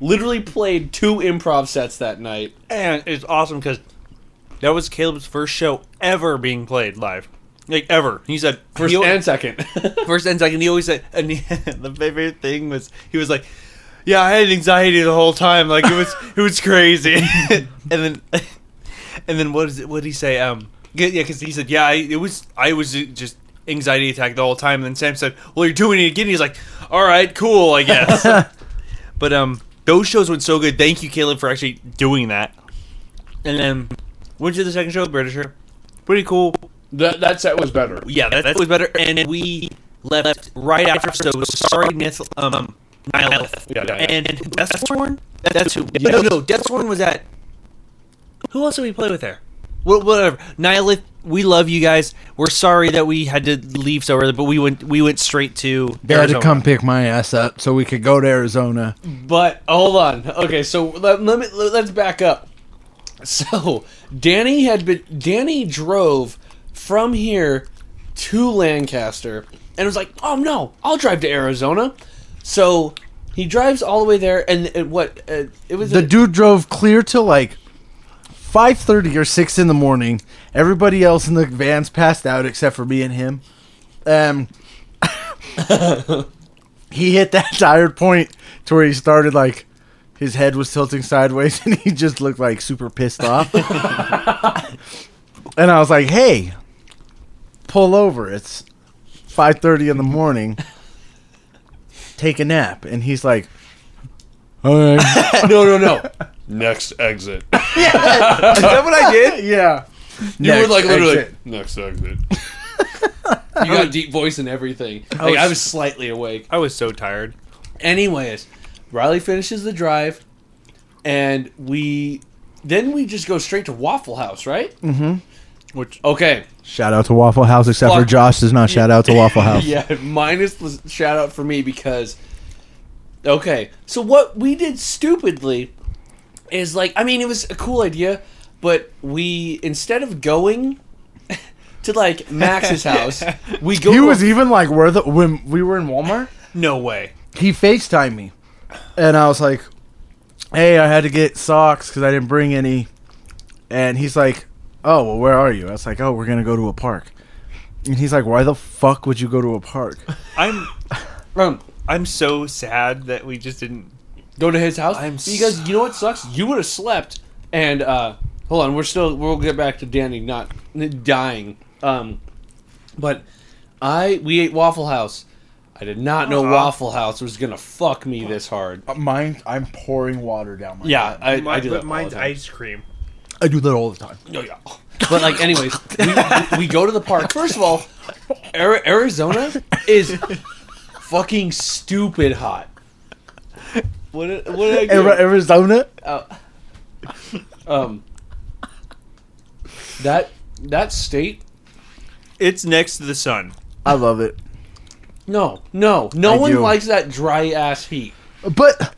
S1: literally played two improv sets that night.
S5: And it's awesome because that was Caleb's first show ever being played live. Like ever. He said
S1: First
S5: he al-
S1: and second.
S5: first and second. He always said, and he- the favorite thing was he was like, "Yeah, I had anxiety the whole time. Like it was, it was crazy." and then, and then what is it? What did he say? Um, yeah, because he said, "Yeah, I, it was. I was just anxiety attack the whole time." And then Sam said, "Well, you're doing it again." He's like, "All right, cool, I guess." but um, those shows went so good. Thank you, Caleb, for actually doing that. And then went to the second show, Britisher. Pretty cool.
S1: that, that set was better.
S5: Yeah, that, that was better. And we left right after. So sorry, Nith, um, Nihilith.
S1: Yeah, yeah, yeah.
S5: And Deathsworn. That's who. No, no, Deathsworn was at. Who else did we play with there? Well, whatever. Nihilith, we love you guys. We're sorry that we had to leave so early, but we went we went straight to.
S3: They had to
S5: Arizona.
S3: come pick my ass up so we could go to Arizona.
S1: But hold on. Okay, so let, let me let, us back up. So Danny had been Danny drove from here to Lancaster and was like, "Oh no, I'll drive to Arizona." So he drives all the way there, and, and what uh, it was
S3: The dude drove clear till like five thirty or six in the morning. Everybody else in the vans passed out except for me and him. Um, he hit that tired point to where he started like his head was tilting sideways and he just looked like super pissed off. and I was like, "Hey, pull over. It's five thirty in the morning. Take a nap." And he's like, "All right."
S1: no, no, no. Next exit.
S3: Is that what I did? yeah.
S1: You were like literally next exit. you got a deep voice and everything. Like, I was slightly awake.
S5: I was so tired.
S1: Anyways, Riley finishes the drive, and we then we just go straight to Waffle House, right? Mm-hmm. Which okay,
S3: Shout out to Waffle House, except for
S1: Fuck.
S3: Josh does not shout out to Waffle House.
S1: yeah, minus the shout out for me because okay, so what we did stupidly is like I mean it was a cool idea, but we instead of going to like Max's house, we go
S3: He
S1: to
S3: was even like, where the when we were in Walmart,
S5: No way.
S3: he FaceTimed me, and I was like, "Hey, I had to get socks because I didn't bring any," and he's like, "Oh, well, where are you?" I was like, "Oh, we're gonna go to a park," and he's like, "Why the fuck would you go to a park?"
S5: I'm
S3: e-
S1: um,
S5: I'm so sad that we just didn't.
S1: go to his house
S5: I'm
S1: because you know what sucks? You would have slept. And uh, hold on, we're still we'll get back to Danny not dying. Um, but I we ate Waffle House. I did not
S5: Uh-huh.
S1: know Waffle House was gonna fuck me this hard.
S3: Uh, Mine, I'm pouring water down my.
S1: Yeah, I, I do that
S5: but
S1: all
S5: mine's
S1: the time.
S5: ice cream.
S3: I do that all the time.
S1: Oh, yeah. But like, anyways, we, we- we go to the park. First of all, Ari- Arizona is fucking stupid hot. What did, what did I do?
S3: Ari- Arizona.
S1: um, that that state.
S5: It's next to the sun.
S3: I love it,
S1: No, no, no
S3: I
S1: one
S3: do.
S1: likes that dry ass heat.
S3: but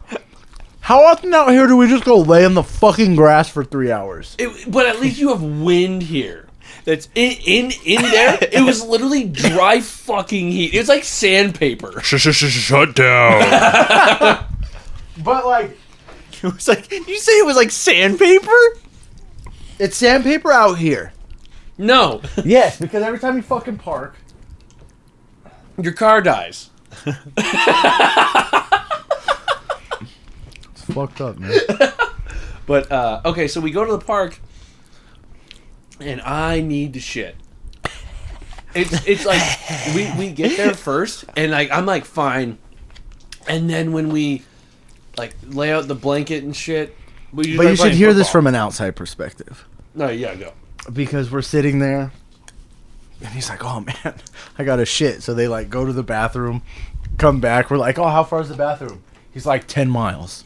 S3: how often out here do we just go lay in the fucking grass for three hours?
S1: It, but at least you have wind here.
S5: That's
S1: In in in there, it was literally dry fucking heat. It was like sandpaper.
S5: shut down.
S3: But like,
S5: it was like you say it was like sandpaper.
S3: it's sandpaper out here.
S1: No,
S3: Yes, because every time you fucking park,
S1: your car dies.
S3: it's fucked up, man.
S1: But uh, okay, so we go to the park, and I need to shit. It's it's like we we get there first, and like I'm like fine, and then when we like lay out the blanket and shit,
S3: But you should hear this from an outside perspective
S1: No, yeah, go.
S3: because we're sitting there, and he's like, "Oh man, I got a shit." So they like go to the bathroom, come back. We're like, "Oh, how far is the bathroom?" He's like, 10 miles,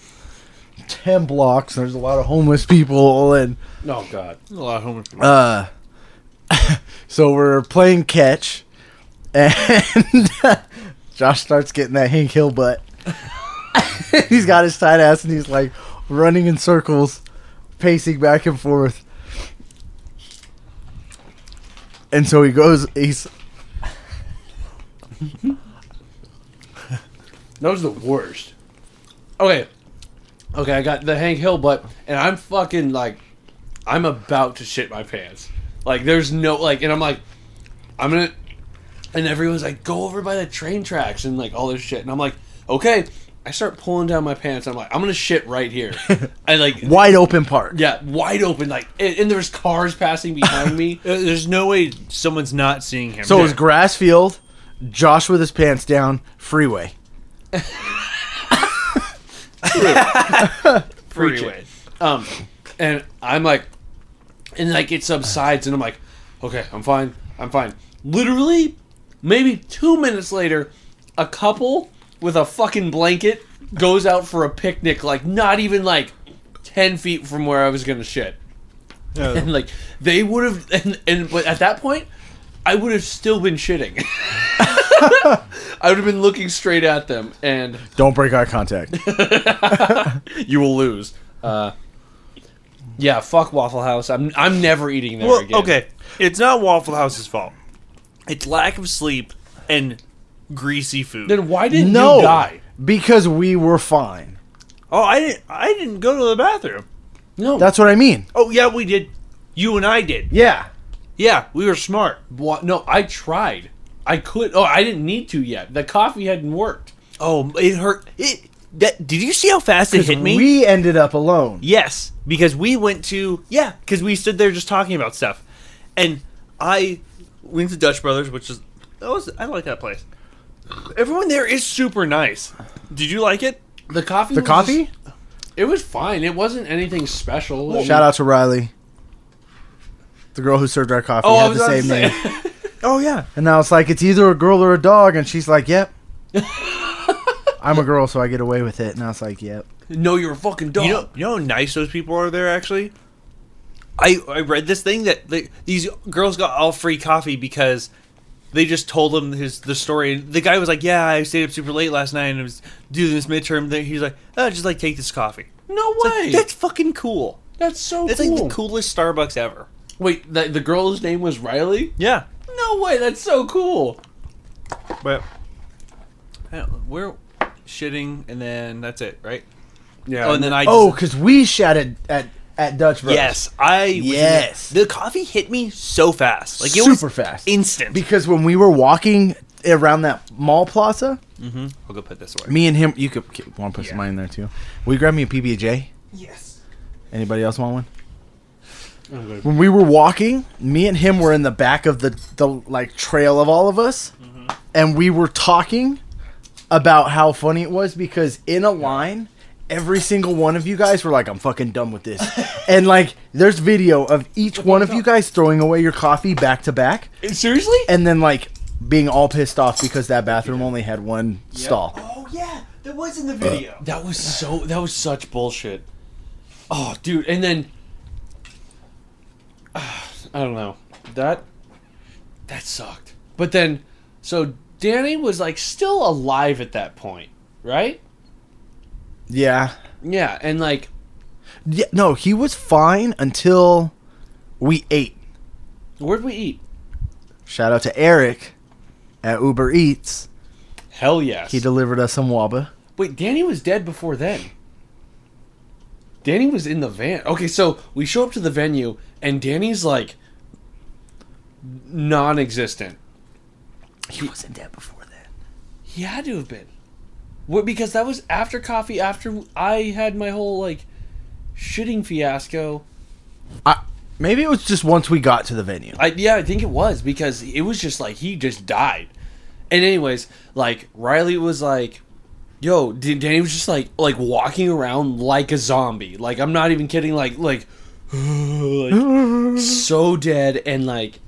S3: 10 blocks. There's a lot of homeless people and
S1: No, God.
S5: a lot of homeless people.
S3: Uh, so we're playing catch, and Josh starts getting that Hank Hill butt. he's got his tight ass, and he's like running in circles, pacing back and forth. And so he goes. He's
S1: That was the worst. Okay. Okay, I got the Hank Hill butt, and I'm fucking like, I'm about to shit my pants. Like, there's no, like, and I'm like, I'm gonna, and everyone's like, go over by the train tracks and like all this shit. And I'm like, okay. I start pulling down my pants. I'm like, I'm gonna shit right here. I like,
S3: wide open park.
S1: yeah, wide open. Like, and, and there's cars passing behind me.
S5: Uh, There's no way someone's not seeing him.
S3: So it was grass field. Josh with his pants down. Freeway.
S1: freeway. Um, and I'm like, and like it subsides, and I'm like, okay, I'm fine, I'm fine. Literally, maybe two minutes later, a couple with a fucking blanket goes out for a picnic, like not even like ten feet from where I was gonna shit,
S5: Yeah.
S1: and like they would have, and, and but at that point, I would have still been shitting. I would have been looking straight at them, and
S3: Don't break eye contact.
S1: you will lose. Uh, yeah, fuck Waffle House. I'm I'm never eating there
S5: well,
S1: again.
S5: okay. It's not Waffle House's fault. It's lack of sleep and greasy food.
S1: Then why didn't
S3: No,
S1: you die?
S3: because we were fine.
S5: oh, I didn't. I didn't go to the bathroom.
S1: No,
S3: That's what I mean.
S5: Oh yeah, we did. You and I did.
S3: Yeah.
S5: Yeah, we were smart.
S1: why, no. I tried. I could. Oh, I didn't need to yet. The coffee hadn't worked.
S5: Oh, it hurt. It that. Did you see how fast it hit me?
S3: We ended up alone.
S5: Yes, because we went to yeah, because we stood there just talking about stuff, and I went to Dutch Brothers, which is that was I like that place. Everyone there is super nice. Did you like it?
S1: The coffee.
S3: The
S1: was
S3: coffee?
S1: just- it was fine. It wasn't anything special. I mean-
S5: Oh.
S3: Shout out to Riley, the girl who served our coffee.
S1: Oh, I
S3: had
S1: was
S3: the
S1: about
S3: same
S1: to say-
S3: name.
S5: Oh yeah,
S3: And now it's like it's either a girl or a dog, and she's like, "Yep." I'm a girl, so I get away with it. And I was like, "Yep."
S1: no, you're a fucking dog.
S5: you know you know how nice those people are there actually. I I read this thing that they, these girls got all free coffee because they just told him his the story. The guy was like, "Yeah, I stayed up super late last night and I was doing this midterm thing." He's like, "Oh, just like take this coffee."
S1: no
S5: It's
S1: way.
S5: like, that's fucking cool.
S1: that's so
S5: That's
S1: cool.
S5: like the coolest Starbucks ever.
S1: Wait, the, the girl's name was Riley.
S5: Yeah,
S1: No way. That's so cool.
S5: but we're shitting, and then that's it, right?
S1: Yeah.
S5: Oh, and then I
S3: Oh, because we shouted at at Dutch Bros.
S5: yes, I was in
S3: Yes.
S5: it. the coffee hit me so fast, like it
S3: super
S5: was
S3: fast,
S5: instant.
S3: Because when we were walking around that mall plaza,
S5: I'll go put this away.
S3: me and him, you could okay, want to put some money in there too. Will you grab me a PB and J?
S5: Yes.
S3: Anybody else want one?
S1: I'm good.
S3: when we were walking, me and him were in the back of the the like trail of all of us, and we were talking about how funny it was because in a line, every single one of you guys were like, "I'm fucking done with this," and like there's video of each one of you guys throwing away your coffee back to back,
S1: Seriously?
S3: and then like being all pissed off because that bathroom only had one stall.
S5: Oh yeah, that was in the video.
S1: That was so. That was such bullshit. Oh, dude, and then I don't know that that sucked. But then, so Danny was like still alive at that point, right?
S3: Yeah,
S1: Yeah, and like
S3: yeah, no, he was fine until we ate.
S1: where'd we eat?
S3: Shout out to Eric at Uber Eats.
S1: Hell yes.
S3: He delivered us some waba.
S1: Wait, Danny was dead before then. Danny was in the van. Okay, so we show up to the venue and Danny's like non-existent.
S3: He wasn't dead before then.
S1: He had to have been. What, because that was after coffee, after I had my whole, like, shitting fiasco.
S3: I, maybe it was just once we got to the venue.
S1: I, yeah, I think it was, because it was just like he just died. And, anyways, like, Riley was like, Yo, D- Danny was just like like walking around like a zombie. Like I'm not even kidding. Like like, like so dead and like,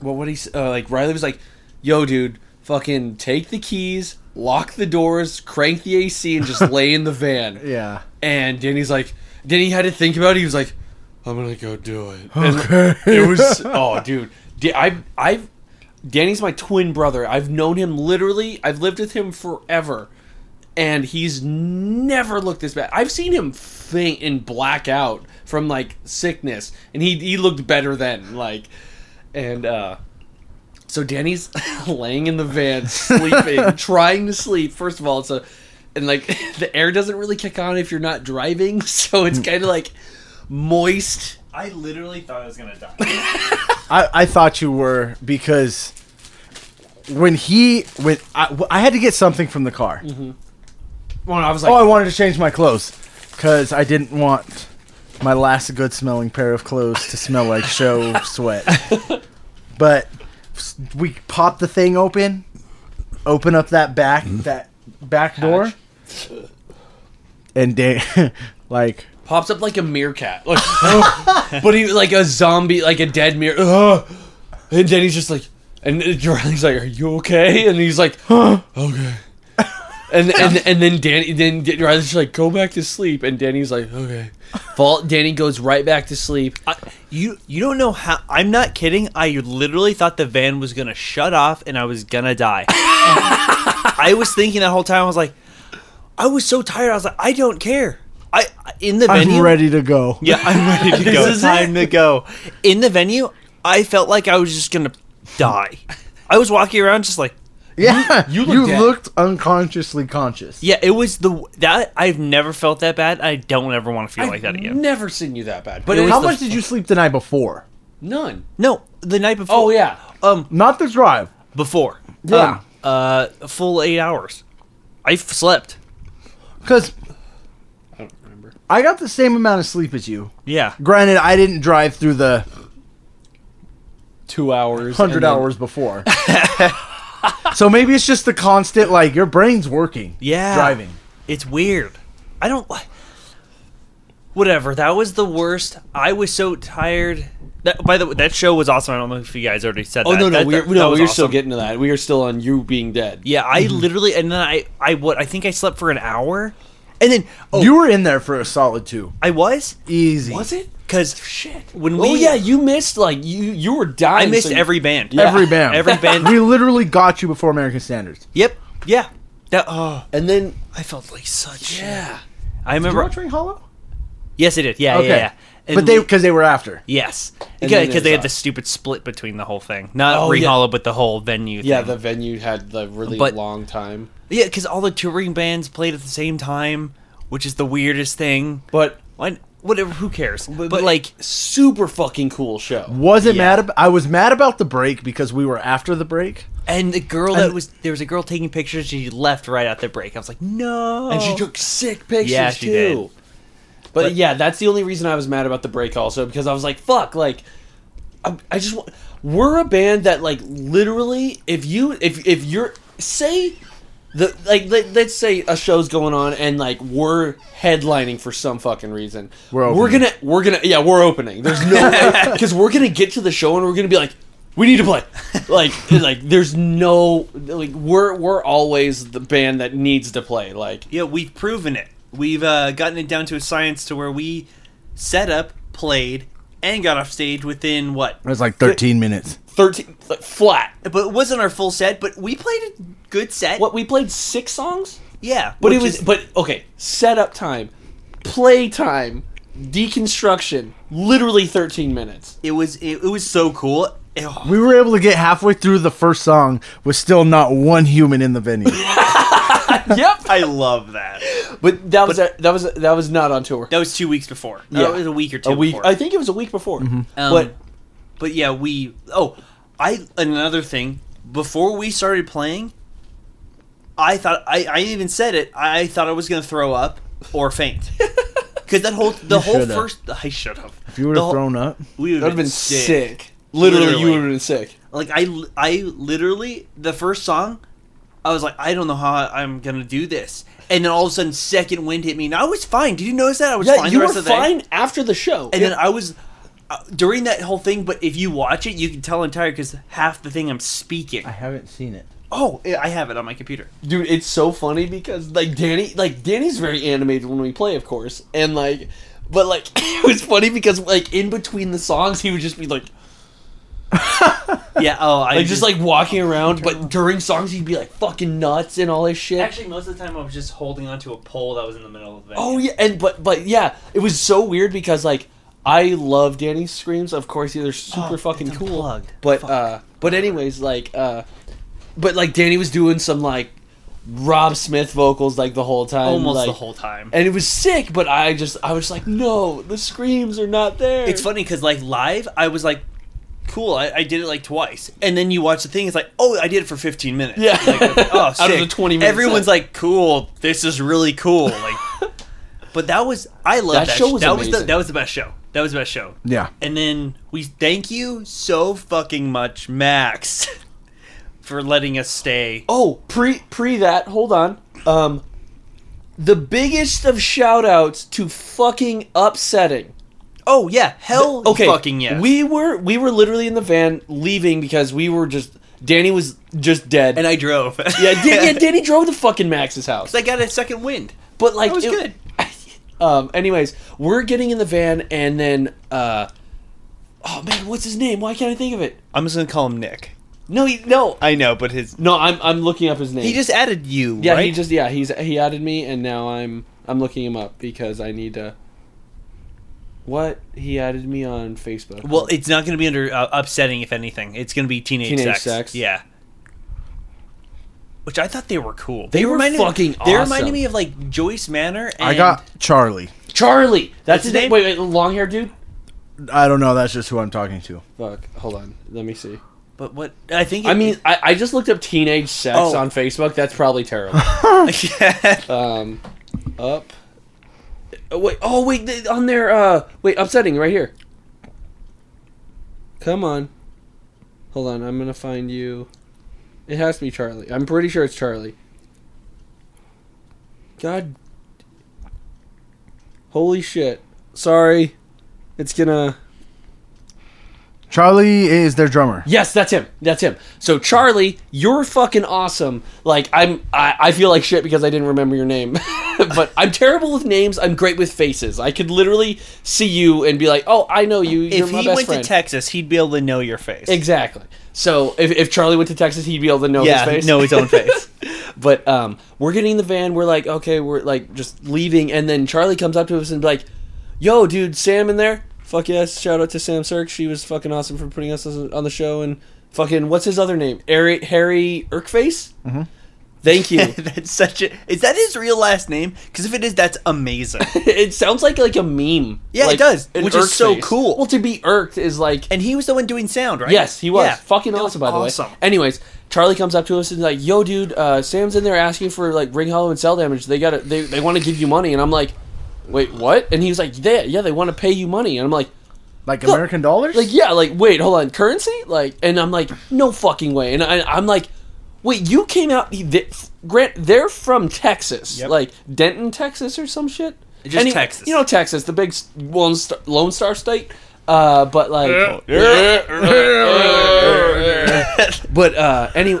S1: what would he s- uh, like? Riley was like, "Yo, dude, fucking take the keys, lock the doors, crank the AC, and just lay in the van."
S3: Yeah.
S1: And Danny's like, Danny had to think about it. He was like, I'm gonna go do it. And
S3: Okay.
S1: it was oh, dude. Da- I I Danny's my twin brother. I've known him literally. I've lived with him forever, and he's never looked this bad. I've seen him faint and black out from like sickness, and he he looked better then. Like, and uh, so Danny's laying in the van, sleeping, trying to sleep. First of all, it's a and like the air doesn't really kick on if you're not driving, so it's kind of like moist.
S2: I literally thought I was gonna die.
S3: I, I thought you were because when he when I, I had to get something from the car.
S1: Well, I was like,
S3: Oh, I wanted to change my clothes because I didn't want my last good smelling pair of clothes to smell like show sweat. But s- we pop the thing open, open up that back that back door, and Dan like
S1: pops up like a meerkat, like, but he like a zombie, like a dead mere. Ugh. And then he's just like, and Riley's like, "Are you okay?" And he's like, "Okay." And and and then Danny, then Riley's just like, "Go back to sleep." And Danny's like, "Okay." Fall. Danny goes right back to sleep.
S2: I, you you don't know how. I'm not kidding. I literally thought the van was gonna shut off and I was gonna die. I was thinking that whole time. I was like, I was so tired. I was like, I don't care. I in the
S3: I'm
S2: venue.
S3: ready to go.
S2: Yeah, I'm ready to go.
S1: is
S2: time to go. In the venue, I felt like I was just gonna die. I was walking around just like,
S3: Yeah,
S1: You
S3: you,
S1: look dead.
S3: looked unconsciously conscious.
S2: yeah, it was the that I've never felt that bad. I don't ever want to feel like that again.
S1: Never seen you that bad. But
S2: But
S1: it
S2: it
S1: was
S3: How
S2: the
S3: much did you sleep the night before?
S1: none.
S2: No, the night before.
S1: Oh yeah.
S2: um,
S3: Not the drive.
S2: before.
S3: Yeah.
S2: Um, uh, a full eight hours. I f- slept.
S3: Because
S1: I don't remember.
S3: I got the same amount of sleep as you.
S2: Yeah.
S3: Granted, I didn't drive through the
S1: Two hours. and
S3: hundred
S1: then-
S3: hours before. so maybe it's just the constant, like your brain's working.
S2: Yeah.
S3: driving.
S2: It's weird. I don't. Whatever. That was the worst. I was so tired. That, by the way, that show was awesome. I don't know if you guys already said
S1: Oh
S2: that.
S1: no no
S2: That-
S1: we're
S2: that- that
S1: no
S2: was
S1: we're still
S2: awesome.
S1: getting Mm-hmm. to that. We are still on you being dead.
S2: Yeah, I literally and then I I what I think I slept for an hour, and then oh
S3: You were in there for a solid two,
S2: I was
S3: easy.
S1: Was it?
S2: because shit when we
S1: Oh yeah, you missed like you you were
S2: I
S1: dying.
S2: missed
S1: so you-
S2: every band
S1: Yeah.
S3: Every band,
S2: every band
S3: we literally got you before American standards.
S2: yep yeah that oh
S1: and then
S2: I felt like such
S1: yeah.
S2: I remember
S3: Ring Hollow?
S2: yes I did yeah
S3: Okay,
S2: yeah yeah And
S3: but they
S2: we-
S3: because they were after.
S2: yes
S1: And
S2: because
S1: then it
S2: they
S1: was
S2: had the
S1: us.
S2: stupid split between the whole thing not
S1: Oh,
S2: oh, Ring
S1: yeah.
S2: Hollow but the whole venue
S1: Yeah, the
S2: thing.
S1: venue had the really
S2: But-
S1: long time.
S2: yeah because all the touring bands played at the same time which is the weirdest thing
S1: But
S2: Why- whatever who cares but,
S1: but-
S2: like
S1: super fucking cool show.
S3: Wasn't mad. Ab- I was mad about the break because we were after the break.
S2: And the girl that
S3: And-
S2: was there was a girl taking pictures. She left right at the break. I was like, no.
S1: And she took sick pictures
S2: Oh. Yeah, she
S1: too.
S2: did.
S1: But,
S2: But-
S1: yeah, that's the only reason I was mad about the break also because I was like, fuck, like I, I just want we're a band that like literally if you if if you're say the like let, let's say a show's going on and like we're headlining for some fucking reason
S3: We're
S1: we're
S3: opening.
S1: gonna we're gonna yeah we're opening there's no because we're gonna get to the show and we're gonna be like we need to play like like there's no like we're we're always the band that needs to play like
S2: Yeah, we've proven it. We've uh, gotten it down to a science to where we set up, played, and got off stage within what?
S3: It was like 13 minutes.
S1: 13 like, flat
S2: But it wasn't our full set. But we played a good set.
S1: what we played six songs
S2: Yeah,
S1: But
S2: which
S1: it was,
S2: is-
S1: but okay, setup time, play time, deconstruction, literally 13 minutes.
S2: it was it, it was so cool. Oh, Ugh.
S3: We were able to get halfway through the first song with still not one human in the venue.
S1: yep.
S2: I love that.
S1: But that was a, that was that was not on tour.
S2: That was two weeks before.
S1: Yeah.
S2: Yeah, it was a week or two.
S1: a week, Uh,
S2: Before.
S1: I think it was a week before.
S2: Um,
S1: but
S2: But yeah, we. Oh, I another thing. Before we started playing, I thought I, I even said it. I thought I was gonna throw up or faint because that whole the whole
S3: shoulda.
S2: first I should have.
S3: If you would have thrown up,
S2: we would
S1: that would
S2: have
S1: have been
S2: sick.
S1: sick. Literally, you
S2: Literally.
S1: would have been sick.
S2: Like I I literally the first song, I was like, I don't know how I'm gonna do this. And then all of a sudden, second wind hit me, and I was fine. Did you notice that I was
S1: Yeah,
S2: fine
S1: you
S2: the
S1: were
S2: rest of the day?
S1: fine after the show.
S2: And then I was uh, during that whole thing. But if you watch it, you can tell I'm tired because half the thing I'm speaking.
S3: I haven't seen it.
S2: Oh, yeah, I have it on my computer.
S1: dude it's so funny because like danny like danny's very animated when we play of course and like but like it was funny because like in between the songs he would just be like
S2: Yeah. Oh, I
S1: like just like walking around but during songs he'd be like fucking nuts and all this shit
S2: Actually, most of the time I was just holding onto a pole that was in the middle of the.
S1: oh yeah and but but yeah it was so weird because like i love danny's screams of course they're super fucking
S2: Oh, it's
S1: cool
S2: unplugged.
S1: but uh but anyways like uh but like danny was doing some like rob smith vocals like the whole time
S2: almost
S1: like,
S2: the whole time.
S1: and it was sick. But I just, I was like, no, the screams are not there.
S2: It's funny because like live, I was like, cool, I, I did it like twice, and then you watch the thing, it's like, oh, I did it for 15 minutes.
S1: Yeah.
S2: Like, oh,
S1: Out of the
S2: sick.
S1: 20 minute
S2: Everyone's
S1: set.
S2: like, cool, this is really cool. Like, but that was I love that,
S1: That show
S2: sh-
S1: was
S2: that was the
S1: amazing.
S2: that was the best show. That was the best show.
S3: Yeah.
S2: And then we thank you so fucking much, Max, for letting us stay.
S1: Oh, pre pre that. Hold on. Um, the biggest of shout outs to fucking upsetting.
S2: Oh yeah, hell
S1: okay,
S2: fucking yes.
S1: We were we were literally in the van leaving because we were just Danny was just dead.
S2: and I drove.
S1: yeah, Dan, yeah, Danny drove to fucking Max's house.
S2: I got a second wind.
S1: But like,
S2: That was
S1: it-
S2: good.
S1: um. Anyways, we're getting in the van and then uh. Oh man, what's his name? Why can't I think of it?
S2: I'm just gonna call him Nick.
S1: No, he, no,
S2: I know, but his
S1: No, I'm I'm looking up his name.
S2: he just added you.
S1: Oh. yeah
S2: right?
S1: he just yeah he's he added me and now I'm I'm looking him up because I need to. What he added me on Facebook?
S2: Well, it's not going to be under uh, upsetting. If anything, it's going to be teenage,
S1: Teenage
S2: sex.
S1: Sex.
S2: Yeah. which I thought they were cool.
S1: They were
S2: reminded
S1: fucking
S2: They
S1: awesome.
S2: reminded me of like Joyce Manor. And
S3: I got Charlie.
S1: Charlie. That's his
S2: What's his
S1: name.
S2: name?
S1: Wait, wait, long hair dude.
S3: I don't know. That's just who I'm talking to.
S1: Fuck. Hold on. Let me see.
S2: but what I think.
S1: I mean, I, I just looked up teenage sex
S2: Oh.
S1: on Facebook. That's probably terrible.
S2: yeah.
S1: um, up. Oh, wait. Oh wait. th- On their uh. Wait. Upsetting right here. Come on. Hold on. I'm gonna find you. It has to be Charlie. I'm pretty sure it's Charlie. God. Holy shit. Sorry. It's gonna.
S3: Charlie is their drummer.
S1: Yes, that's him. That's him. So Charlie, you're fucking awesome. Like I'm, I, I feel like shit because I didn't remember your name. but I'm terrible with names. I'm great with faces. I could literally see you and be like, oh, I know you. You're
S2: if
S1: my
S2: he
S1: best
S2: went
S1: friend.
S2: to Texas, he'd be able to know your face.
S1: exactly. So if, if Charlie went to Texas, he'd be able to know
S2: Yeah,
S1: his face.
S2: know his own face.
S1: But um, we're getting in the van. We're like, okay, we're like just leaving, and then Charlie comes up to us and be like, "Yo, dude, Sam in there? Fuck yes! Shout out to Sam Cirque. She was fucking awesome for putting us on the show. And fucking what's his other name? Harry Harry Irkface. Mm-hmm. Thank you.
S2: that's such a. Is that his real last name? Because if it is, that's amazing.
S1: it sounds like like a meme.
S2: Yeah, it
S1: Like,
S2: does,
S1: an
S2: which is so
S1: Irkface.
S2: cool.
S1: Well, to be irked is like
S2: and he was the one doing sound, right?
S1: Yes, he was.
S2: Yeah.
S1: Fucking
S2: That was
S1: awesome, by the
S2: awesome.
S1: way. Anyways, Charlie comes up to us and is like, "Yo, dude, uh, Sam's in there asking for like ring hollow and cell damage. They got to they they want to give you money." And I'm like, "Wait, what?" And he was like, "Yeah, yeah, they want to pay you money." And I'm like,
S3: Like American dollars?
S1: like yeah like wait hold on currency like and i'm like no fucking way and I, i'm like wait you came out th- grant they're from texas
S2: Yep.
S1: like denton texas or some shit
S2: Just Texas.
S1: you know texas the big s- lone star, lone star state uh, but like but uh anyway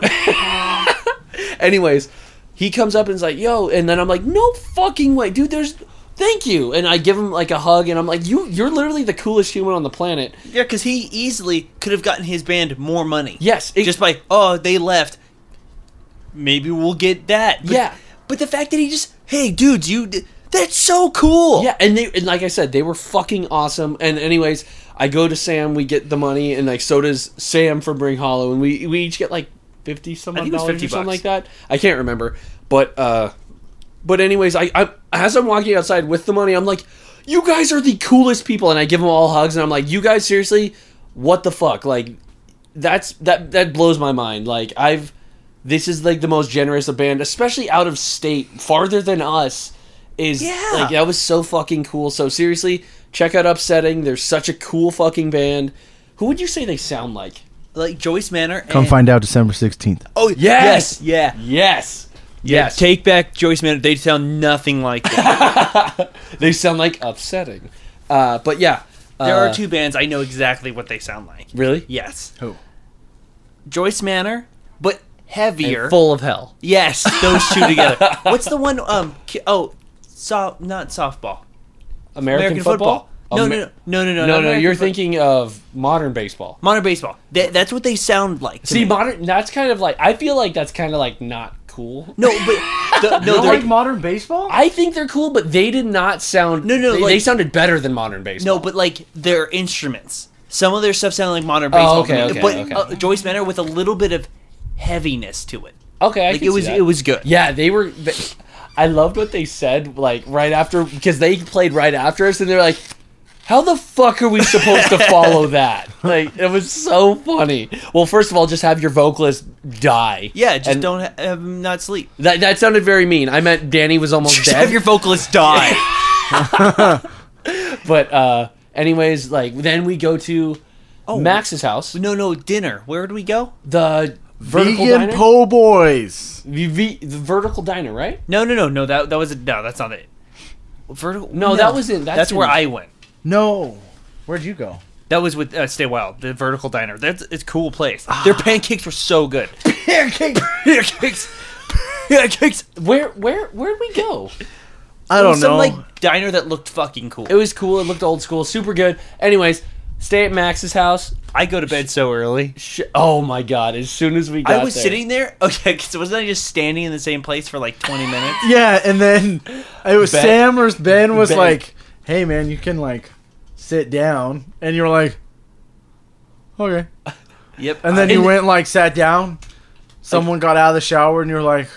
S1: anyways he comes up and is like yo and then i'm like no fucking way dude there's thank you and i give him like a hug and i'm like you you're literally the coolest human on the planet
S2: Yeah, because he easily could have gotten his band more money.
S1: Yes, it-
S2: just by oh they left. Maybe we'll get that. But,
S1: Yeah.
S2: but the fact that he just hey dudes you d- that's so cool.
S1: Yeah, and they and like I said, they were fucking awesome. And anyways, I go to Sam, we get the money, and like so does Sam for Bring Hollow, and we we each get like fifty some
S2: I
S1: odd
S2: think it was
S1: dollars or
S2: 50
S1: something
S2: bucks.
S1: like that. I can't remember, but uh, but anyways, I, I as I'm walking outside with the money, I'm like, you guys are the coolest people, and I give them all hugs, and I'm like, you guys seriously, what the fuck, like that's that that blows my mind. Like I've this is like the most generous a band, especially out of state, farther than us. Is
S2: Yeah.
S1: like that was so fucking cool. So seriously, check out Upsetting. They're such a cool fucking band. Who would you say they sound like?
S2: like Joyce Manor.
S3: Come
S2: and-
S3: find out December 16th.
S2: Oh yes, yeah,
S1: Yes.
S2: yeah.
S1: Yes.
S2: Take back Joyce Manor. They sound nothing like that.
S1: they sound like upsetting. Uh, but yeah.
S2: There
S1: uh,
S2: are two bands I know exactly what they sound like.
S1: Really?
S2: Yes.
S3: Who?
S2: Joyce Manor, but heavier.
S1: Full of hell.
S2: yes, those two together. What's the one? Um. ki- Oh, so not softball.
S1: American, football?
S2: No,
S1: Amer-
S2: no, no, no, no,
S1: No,
S2: no. not
S1: no,
S2: American
S1: you're
S2: foot-
S1: thinking of modern baseball.
S2: modern baseball. That, that's what they sound like. to
S1: See,
S2: me.
S1: modern. That's kind of like. I feel like that's kind of like not cool.
S2: no, but the, no,
S3: No,
S2: they're-
S3: like modern baseball?
S1: I think they're cool, but they did not sound.
S2: No, no,
S1: They,
S2: like-
S1: they sounded better than modern baseball.
S2: No, but like their instruments. Some of their stuff sounded like modern baseball.
S1: Oh, okay,
S2: to
S1: okay,
S2: me, but
S1: okay.
S2: Uh, Joyce Manor with a little bit of heaviness to it.
S1: okay, I
S2: Like
S1: can
S2: it
S1: see
S2: was,
S1: that.
S2: it was good.
S1: Yeah, they were. They, I loved what they said, like right after, because they played right after us, and they're like, "How the fuck are we supposed to follow that?" Like it was so funny. Well, first of all, just have your vocalist die.
S2: Yeah, just
S1: And
S2: don't ha- have 'em not sleep.
S1: That, that sounded very mean. I meant Danny was almost
S2: Just
S1: dead.
S2: have your vocalist die.
S1: But uh anyways, like then we go to
S2: Oh.
S1: Max's house.
S2: no, no, dinner. Where would we go?
S1: The vertical
S3: Vegan
S1: diner.
S3: po' boys.
S1: the, the, the vertical diner, right?
S2: No, no, no, no. That that was a, no. That's not it. Vertical.
S1: No, that was in-
S2: That's,
S1: that's in-
S2: where I went.
S3: No. Where'd you go?
S2: That was with uh, Stay Wild, the Vertical Diner. That's it's a cool place. Their pancakes were so good.
S3: Pancake.
S2: pancakes, pancakes.
S1: Where where where'd we go?
S3: I don't
S2: Some
S3: know.
S2: like diner that looked fucking cool.
S1: It was cool. It looked old school. Super good. Anyways, stay at Max's house.
S2: I go to bed so early.
S1: Sh- oh my god! As soon as we got
S2: I was
S1: there-
S2: sitting there. Okay, 'cause wasn't I just standing in the same place for like twenty minutes?
S3: yeah, and then it was
S1: Ben-
S3: Sam or Ben was
S1: Ben.
S3: like, "Hey, man, you can like sit down," and you were like, "Okay,"
S2: Yep.
S3: Uh, and then
S2: I-
S3: you went and, like sat down. Someone got out of the shower, and you were like,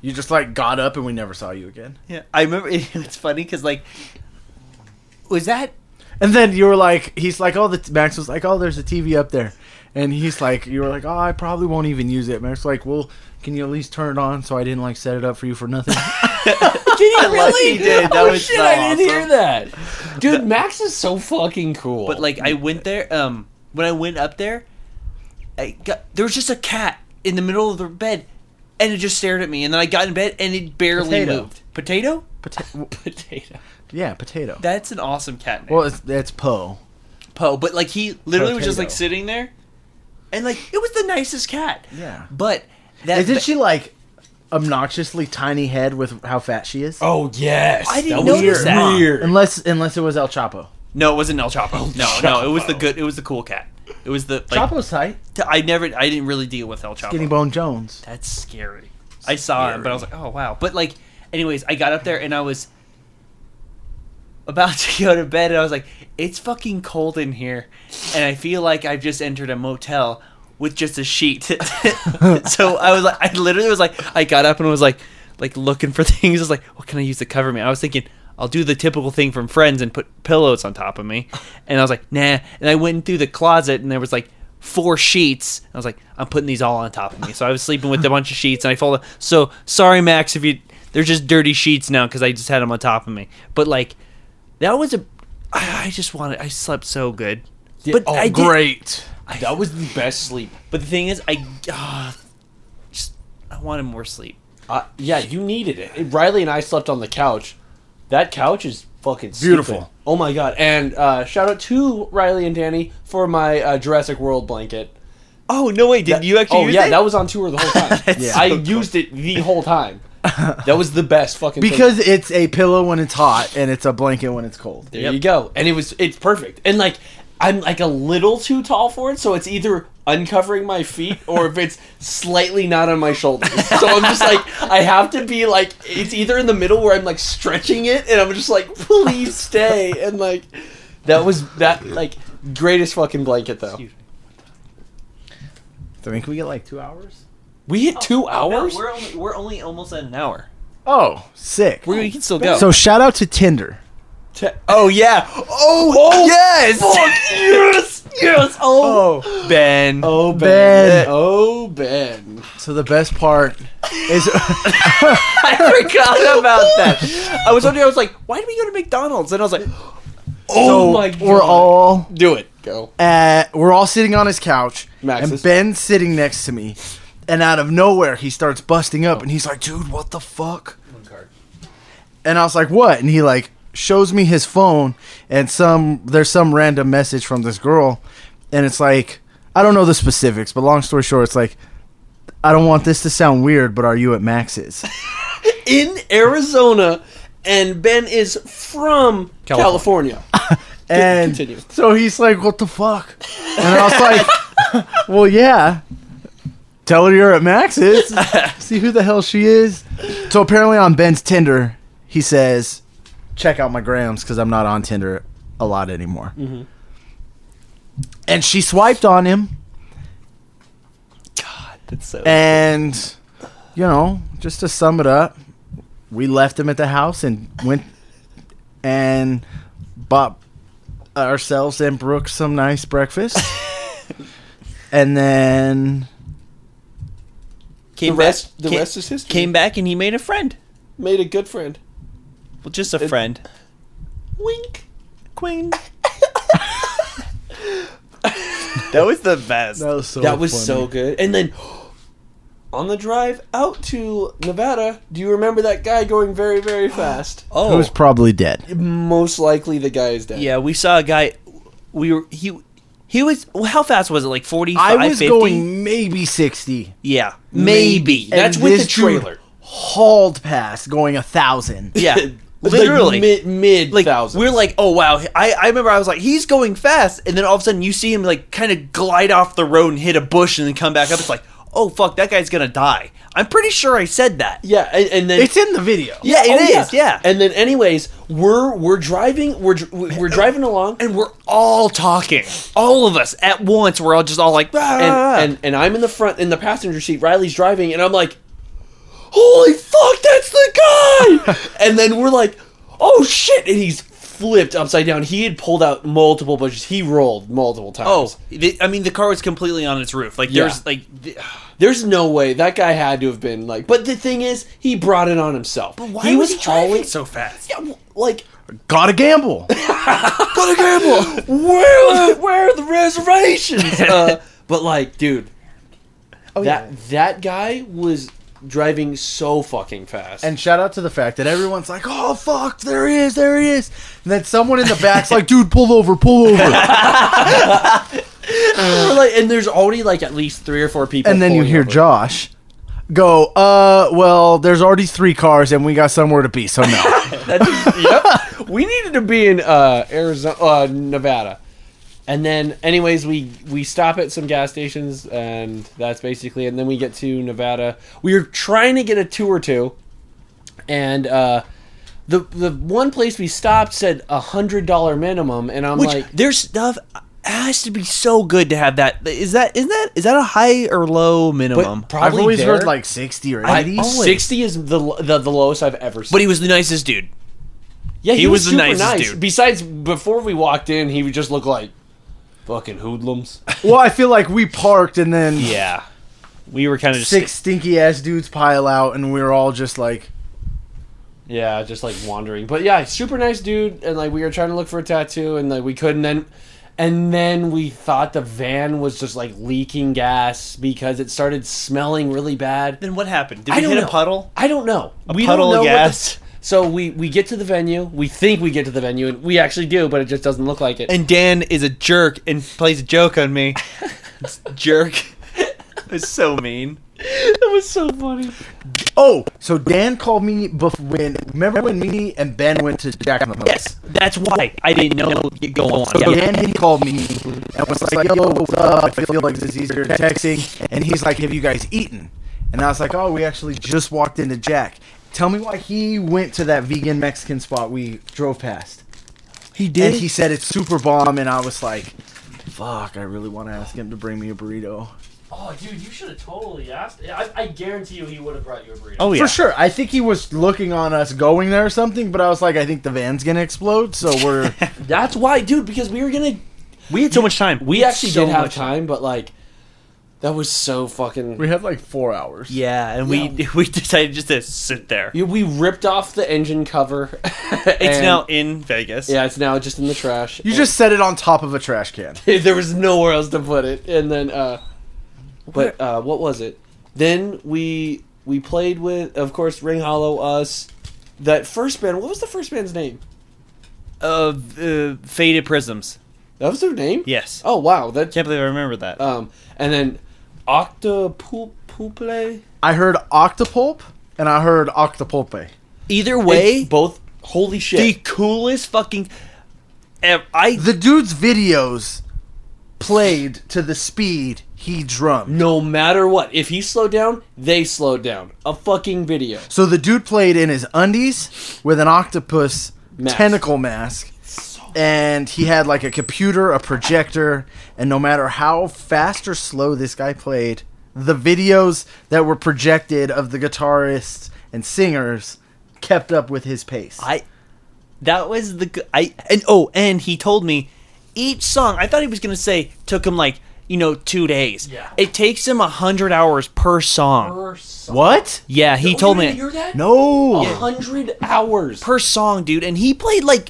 S3: "You just like got up, and we never saw you again."
S2: Yeah, I remember. It's funny because like, was that
S3: And then you were like, he's like, oh, the Max was like, oh, there's a TV up there, and he's like, you were like, oh, I probably won't even use it. Max was like, well, can you at least turn it on so I didn't like set it up for you for nothing?
S1: Did he really?
S2: he did. That
S1: oh
S2: was
S1: shit!
S2: so
S1: I didn't
S2: awesome.
S1: hear that. Dude, Max is so fucking cool.
S2: But like I went there, um, when I went up there, I got there was just a cat in the middle of the bed, and it just stared at me. And then I got in bed and it barely
S3: Potato.
S2: moved. Potato?
S3: Pota-
S1: potato.
S3: yeah, potato.
S2: That's an awesome cat name.
S3: well, it's, it's Poe.
S2: Poe. But like he literally was just like
S3: Potato.
S2: sitting there, and like it was the nicest cat.
S3: Yeah.
S2: But that
S3: Isn't she like obnoxiously tiny head with how fat she is?
S1: Oh yes,
S2: I didn't
S1: that was
S2: notice that.
S1: Weird.
S3: Unless unless it was El Chapo.
S2: no, it wasn't El Chapo. no, no, it was the good. It was the cool cat. It was the like,
S3: Chapo's tight.
S2: t- I never. I didn't really deal with El Chapo.
S3: Skinny Bone Jones.
S2: That's scary. I saw him, but I was like, oh wow. But like, anyways, I got up there and I was about to go to bed, and I was like, it's fucking cold in here, and I feel like I've just entered a motel with just a sheet. so I was like, I literally was like, I got up and was like, like looking for things. I was like, what can I use to cover me? I was thinking. I'll do the typical thing from friends and put pillows on top of me. And I was like, nah. And I went through the closet and there was like four sheets. I was like, I'm putting these all on top of me. So I was sleeping with a bunch of sheets, and I folded. So sorry, Max, if you they're just dirty sheets now because I just had them on top of me. But like, that was a. I, I just wanted. I slept so good. but
S1: oh,
S2: I did-
S1: great. that was the best sleep.
S2: But the thing is, I ah, just I wanted more sleep.
S1: Uh, yeah, you needed it. Riley and I slept on the couch. That couch is fucking
S3: Beautiful.
S1: sleeping. Oh my god! And uh, shout out to Riley and Danny for my uh, Jurassic World blanket.
S2: Oh no! Wait, did
S1: That-
S2: you actually?
S1: Oh
S2: use
S1: yeah,
S2: it?
S1: that was on tour the whole time.
S2: That's
S1: I
S2: so
S1: used it the whole time. That was the best fucking. thing.
S3: Because it's a pillow when it's hot and it's a blanket when it's cold.
S1: there you go, and it was it's perfect. And like I'm like a little too tall for it, so it's either uncovering my feet or if it's slightly not on my shoulders. So I'm just like I have to be like it's either in the middle where I'm like stretching it, and I'm just like please stay, and like that was that like greatest fucking blanket though.
S3: So I think we get like two hours.
S1: We hit two hours.
S2: Oh, we're only we're only almost at an hour.
S3: Oh, sick.
S2: We're, we can still go.
S3: So shout out to Tinder.
S1: Te-
S2: oh yeah. Oh, yes. yes. Yes. Oh,
S3: Oh.
S2: Ben.
S1: oh
S3: Ben.
S1: Ben. Oh Ben.
S3: So the best part is
S2: I forgot about that. I was wondering. I was like, why did we go to McDonald's? And I was like,
S1: Oh my
S3: We're all
S1: Do it. Go.
S3: at, we're all sitting on his couch,
S1: Max's.
S3: and Ben's sitting next to me. And out of nowhere, he starts busting up, and he's like, "Dude, what the fuck?" And I was like, "What?" And he like shows me his phone, and some there's some random message from this girl, and it's like I don't know the specifics, but long story short, it's like I don't want this to sound weird, but are you at Max's?
S1: In Arizona, and Ben is from California.
S3: And
S1: Continue.
S3: so he's like, "What the fuck?" And I was like, "Well, yeah. Tell her you're at Max's. See who the hell she is." So apparently on Ben's Tinder, he says, "Check out my grams because I'm not on Tinder a lot anymore." And she swiped on him,
S2: That's so.
S3: and you know, just to sum it up, we left him at the house and went and bought ourselves and Brooke some nice breakfast. and then
S1: The
S2: Came
S1: rest,
S2: back,
S1: the
S2: came,
S1: rest is history.
S2: came back and he made a friend.
S1: made a good friend.
S2: Well, just a friend.
S1: Wink.
S2: Queen. that was the best.
S3: was so
S1: that was so good. And then on the drive out to Nevada, do you remember that guy going very, very fast?
S2: Oh,
S3: Who's probably dead?
S1: Most likely, the guy is dead.
S2: yeah. We saw a guy. We were he. He was well, how fast was it? Like 45,
S3: I was
S2: 50?
S3: going maybe sixty.
S2: Yeah, maybe.
S1: That's
S3: And
S1: with the
S3: this dude-
S1: trailer.
S3: Hauled past going a thousand.
S2: Yeah, literally.
S1: like mid mid
S2: like
S1: thousands.
S2: we're like, oh wow. I I remember I was like, he's going fast, and then all of a sudden you see him like kind of glide off the road and hit a bush and then come back up. It's like, oh fuck, that guy's gonna die. I'm pretty sure I said that.
S1: yeah, and, and then
S3: It's in the video.
S2: Yeah, it
S1: Oh,
S2: is. yeah.
S1: And then, anyways, we're we're driving, we're dr- we're driving along,
S2: and we're all talking, all of us at once. We're all just all like, "Ah."
S1: and, and and I'm in the front in the passenger seat. Riley's driving, and I'm like, "Holy fuck, that's the guy!" and then we're like, "Oh shit!" And he's flipped upside down. He had pulled out multiple bushes. He rolled multiple times.
S2: oh, the, I mean, the car was completely on its roof. Like there's
S1: Yeah.
S2: like, th-
S1: there's no way that guy had to have been like. But the thing is, he brought it on himself. But
S2: why
S1: he
S2: was, he driving
S1: hauling-
S2: so fast?
S1: Yeah, w- like
S3: Gotta gamble.
S1: Gotta gamble. Where, where are the reservations? Uh, but like, dude,
S3: Oh,
S1: that that guy was driving so fucking fast.
S3: And shout out to the fact that everyone's like, "Oh fuck, there he is, there he is," and then someone in the back's like, "Dude, pull over, pull over,"
S1: We're like, and there's already like at least three or four people.
S3: and then you
S1: pulling
S3: hear
S1: over.
S3: Josh go, "Uh, well, there's already three cars, and we got somewhere to be, so no."
S1: We needed to be in uh, Arizona, uh, Nevada. And then, anyways, we we stop at some gas stations, and that's basically. And then we get to Nevada. We were trying to get a tour to, and uh, the the one place we stopped said a hundred dollar minimum, and I'm
S2: Which
S1: like,
S2: their stuff has to be so good to have that. Is that is that is that a high or low minimum?
S1: but
S2: But,
S3: I've
S1: probably
S3: always
S1: there-
S3: heard like sixty or
S1: I-
S3: eighty.
S1: sixty is the, l- the the lowest I've ever seen.
S2: he was the nicest dude.
S1: yeah,
S2: he was the
S1: super
S2: nicest
S1: nice.
S2: dude.
S1: Besides, before we walked in, he would just look like fucking hoodlums.
S3: Well, I feel like we parked, and then
S2: Yeah, we were kind of just
S3: six stinky ass dudes pile out, and we were all just like,
S1: Yeah, just like wandering. But yeah, super nice dude. And like we were trying to look for a tattoo, and like we couldn't. And and then we thought the van was just like leaking gas because it started smelling really bad.
S2: Then what happened? Did
S1: I
S2: we
S1: don't
S2: hit
S1: know.
S2: a puddle?
S1: I don't know. A
S2: puddle of
S1: don't know what the-
S2: gas?
S1: so we we get to the venue. We think we get to the venue, and we actually do, but it just doesn't look like it.
S2: And Dan is a jerk and plays a joke on me. jerk. It's so mean.
S1: that was so funny.
S3: "Oh, so Dan called me bef- when remember when me and Ben went to Jack in the Box?"
S2: Yes, that's why I didn't know. you Go on.
S3: So
S2: Yeah.
S3: Dan he called me and was like, "Yo, what's up? I feel like this is easier than texting." And he's like, "Have you guys eaten?" And I was like, "Oh, we actually just walked into Jack. Tell me why he went to that vegan Mexican spot we drove past."
S2: He
S3: And he said it's super bomb, and I was like, "Fuck, I really want to ask him to bring me a burrito."
S1: Oh, dude, you should have totally asked. I, I guarantee you, he would have brought you a burrito.
S2: Oh yeah.
S3: For sure, I think he was looking on us going there or something, but I was like, "I think the van's gonna explode," so we're
S1: That's why, dude, because we were gonna
S2: We had so much time.
S1: We actually
S2: so
S1: did have
S2: much
S1: time, but like That was so fucking.
S3: We had like four hours.
S2: Yeah, and we we decided just to sit there.
S1: Yeah, We ripped off the engine cover.
S2: It's
S1: and-
S2: now in Vegas.
S1: Yeah, it's now just in the trash.
S3: You just set it on top of a trash can.
S1: there was nowhere else to put it, and then. uh But uh what was it? Then we we played with, of course, Ring Hollow us. That first band. What was the first band's name?
S2: Uh, uh, faded prisms.
S1: That was their name.
S2: Yes.
S1: Oh wow, that.
S2: Can't believe I remember that.
S1: Um, and then Octopoople.
S3: I heard octopulp and I heard octopulpe.
S2: Either way,
S1: It's both. Holy shit.
S2: the coolest fucking. ev- I
S3: The dude's videos played to the speed he drummed.
S1: no matter what, if he slowed down, they slowed down. A fucking video.
S3: So the dude played in his undies with an octopus
S1: Mask.
S3: tentacle mask. And he had like a computer, a projector, and no matter how fast or slow this guy played, the videos that were projected of the guitarists and singers kept up with his pace.
S2: I that was the g- I and oh and he told me each song I thought he was gonna say took him like you know two days.
S1: Yeah.
S2: It takes him a hundred hours per song.
S3: what?
S2: Yeah, he
S1: Oh,
S2: told
S1: you
S2: me
S1: didn't hear that?
S3: No.
S1: A hundred hours.
S2: per song, dude, and he played like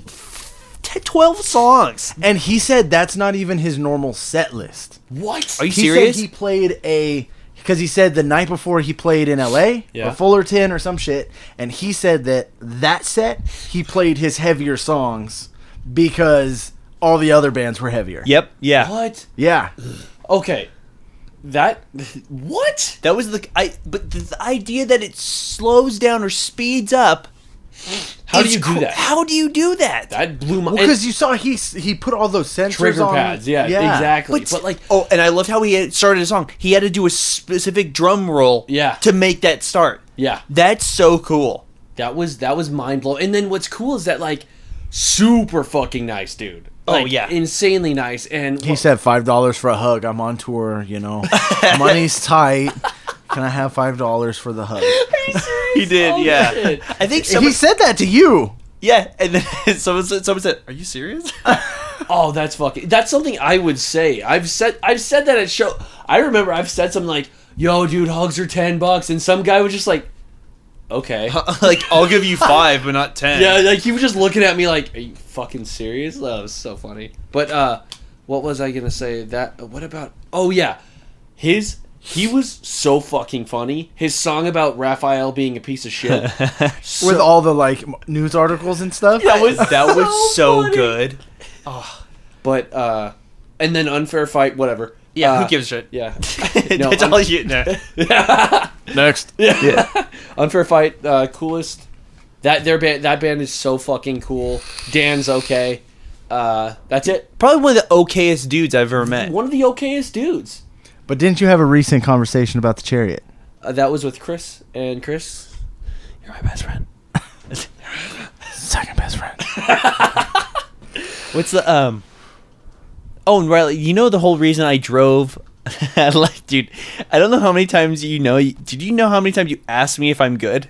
S2: t- twelve songs.
S3: And he said that's not even his normal set list.
S1: what?
S2: Are you
S3: He
S2: serious?
S3: said he played a because he said the night before he played in L.A.
S1: Yeah.
S3: or Fullerton or some shit, and he said that that set he played his heavier songs because all the other bands were heavier.
S2: yep. Yeah.
S1: What?
S3: Yeah.
S1: Okay. That. What?
S2: That was the I, but the, the idea that it slows down or speeds up.
S1: How do
S2: is
S1: you do
S2: cr-
S1: that?
S2: How do you do that?
S1: That blew my.
S3: Because you saw he s- he put all those sensors
S1: trigger
S3: on
S1: pads. Yeah, exactly. But, like,
S2: oh, and I loved how he had started a song. He had to do a specific drum roll,
S1: Yeah.
S2: to make that start.
S1: yeah,
S2: That's so cool.
S1: that was that was mind blowing. And then what's cool is that like, super fucking nice dude.
S2: Oh,
S1: Like,
S2: yeah.
S1: insanely nice. And
S3: He said five dollars for a hug. I'm on tour. You know, money's tight. Can I have five dollars for the hug?
S2: He did,
S1: Oh,
S2: yeah.
S1: shit.
S2: I think
S3: he
S2: someone,
S3: said that to you.
S2: yeah, and then someone said, someone said, "Are you serious?"
S1: Oh, that's fucking. That's something I would say. I've said I've said that at show. I remember I've said something like, "Yo, dude, hugs are ten bucks," and some guy was just like, "Okay."
S5: like I'll give you five, but not ten.
S1: Yeah, like he was just looking at me like, "Are you fucking serious?" That was so funny. But uh, what was I gonna say? That what about? Oh yeah, his he was so fucking funny. His song about Raphael being a piece of shit. So-
S3: With all the like m- news articles and stuff.
S1: that was
S2: That was so
S1: funny.
S2: good.
S1: But uh, and then unfair fight, whatever.
S2: Yeah,
S1: Uh,
S2: who gives a shit?
S1: Yeah. No,
S2: That's
S1: I'm-
S2: all you. Nah.
S3: Next.
S1: Unfair Fight, uh, coolest. That their band, that band is so fucking cool. Dan's okay. Uh, that's it.
S2: Probably one of the okayest dudes I've ever met.
S1: One of the okayest dudes.
S3: But didn't you have a recent conversation about the chariot?
S1: Uh, that was with Chris and Chris. You're my best friend.
S3: Second best friend.
S2: What's the um? Oh, and Riley, you know the whole reason I drove. I like, dude, I don't know how many times you know. Did you know how many times you asked me if I'm good?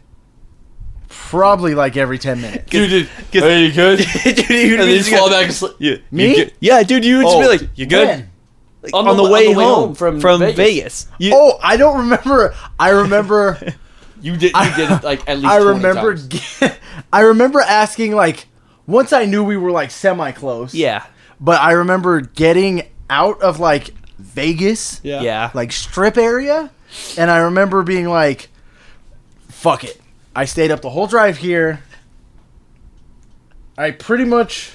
S3: Probably like every ten minutes.
S1: Dude, dude,
S2: Cause-
S1: are you good? and
S2: dude, you
S1: then you fall back and sl-
S2: You,
S3: Me?
S2: You, good? yeah, dude, you would just
S1: Oh,
S2: be like, "You good?"
S3: When?
S2: Like, on, the, way, home, from Vegas. You-
S3: Oh, I don't remember. I remember.
S1: You did. You did it, like at least.
S3: I
S1: 20
S3: remember.
S1: times.
S3: g- I remember asking like once I knew we were like semi close.
S2: yeah,
S3: But I remember getting out of like Vegas,
S1: Yeah.
S2: yeah.
S3: like strip area, and I remember being like, "Fuck it." I stayed up the whole drive here. I pretty much.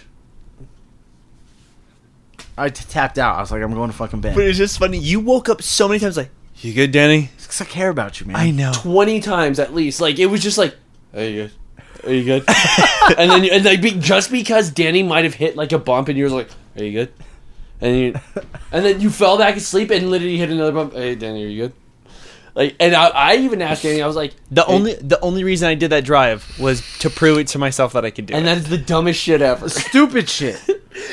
S3: I t- tapped out. I was like, "I'm going to fucking bed."
S2: but it's just funny. You woke up so many times, like,
S5: You good, Danny?
S3: Because I care about you, man.
S2: I know.
S1: Twenty times at least. Like it was just like, are you good? Are you good? and then you, and like be, just because Danny might have hit like a bump and you were like, are you good? And you, and then you fell back asleep and literally hit another bump. Hey Danny, are you good? Like and I, I even asked Danny. I was like,
S2: The only the only reason I did that drive was to prove it to myself that I could do
S1: and
S2: it.
S1: that is the dumbest shit ever.
S3: stupid shit.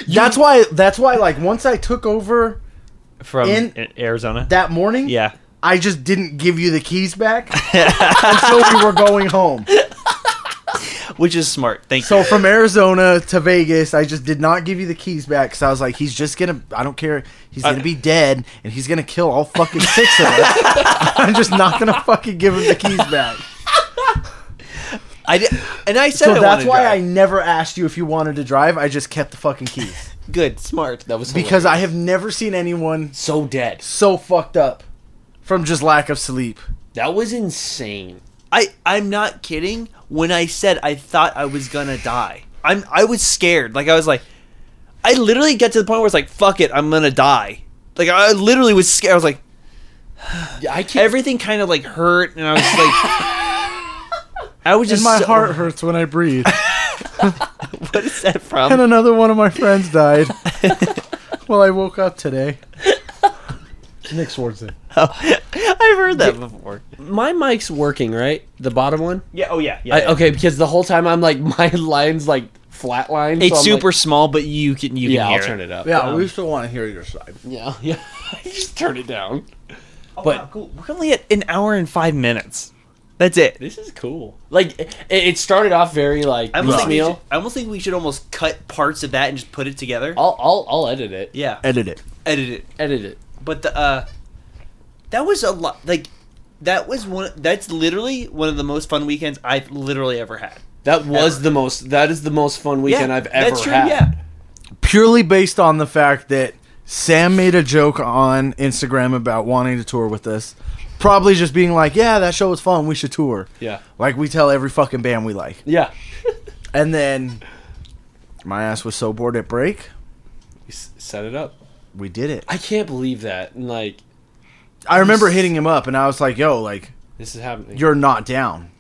S3: that's why. That's why. Like once I took over
S2: from
S3: in-
S2: in Arizona.
S3: that morning,
S2: yeah.
S3: I just didn't give you the keys back until we were going home.
S2: which is smart. Thank
S3: So
S2: you.
S3: from Arizona to Vegas, I just did not give you the keys back because I was like, he's just gonna. I don't care. He's gonna be dead, and he's gonna kill all fucking six of us. I'm just not gonna fucking give him the keys back.
S2: I did, and I said
S3: So
S2: I
S3: that's
S2: wanted
S3: why
S2: to
S3: I
S2: drive.
S3: never asked you if you wanted to drive. I just kept the fucking keys
S2: good smart.
S5: That was
S3: because I have never seen anyone
S1: so dead.
S3: so fucked up from just lack of sleep.
S1: That was insane.
S2: I I'm not kidding when I said I thought I was gonna die. I'm I was scared. Like I was like, I literally get to the point where it's like, fuck it, I'm gonna die. Like I literally was scared. I was like,
S1: Yeah, I can't.
S2: everything kind of like hurt, and I was like, I was just
S3: And my
S2: so-
S3: heart hurts when I breathe.
S2: What is that
S3: and
S2: from?
S3: another one of my friends died. well, I woke up today. Nick Swartzen.
S2: I've heard that before.
S1: my mic's working, right? The bottom one.
S2: Yeah. Oh yeah. Yeah.
S1: I, okay, because the whole time I'm like my line's like flatline.
S2: It's super small, but you can you
S1: yeah,
S2: can hear
S1: I'll turn it up.
S3: Yeah, we still want to hear your side.
S1: Yeah, yeah. Just turn it down.
S2: Oh,
S1: but-
S2: wow, cool. we're only at an hour and five minutes. That's it.
S1: This is cool. Like it, it started off very like
S2: I almost, think we should,
S1: piecemeal.
S2: I almost think we should almost cut parts of that and just put it together.
S1: I'll I'll I'll edit it.
S2: yeah,
S3: Edit it.
S2: edit it.
S1: Edit it.
S2: But the uh, that was a lot. Like that was one. That's literally one of the most fun weekends I've literally ever had.
S1: That was the most. That is the most fun weekend
S2: yeah,
S1: I've ever
S2: That's true.
S1: had.
S2: Yeah.
S3: Purely based on the fact that Sam made a joke on Instagram about wanting to tour with us. Probably just being like, yeah, that show was fun. We should tour.
S1: Yeah.
S3: Like we tell every fucking band we like.
S1: Yeah.
S3: And then my ass was so bored at break.
S1: We s- set it up.
S3: We did it.
S1: I can't believe that. And like
S3: I remember hitting him up and I was like, yo, like,
S1: this is happening.
S3: you're not down.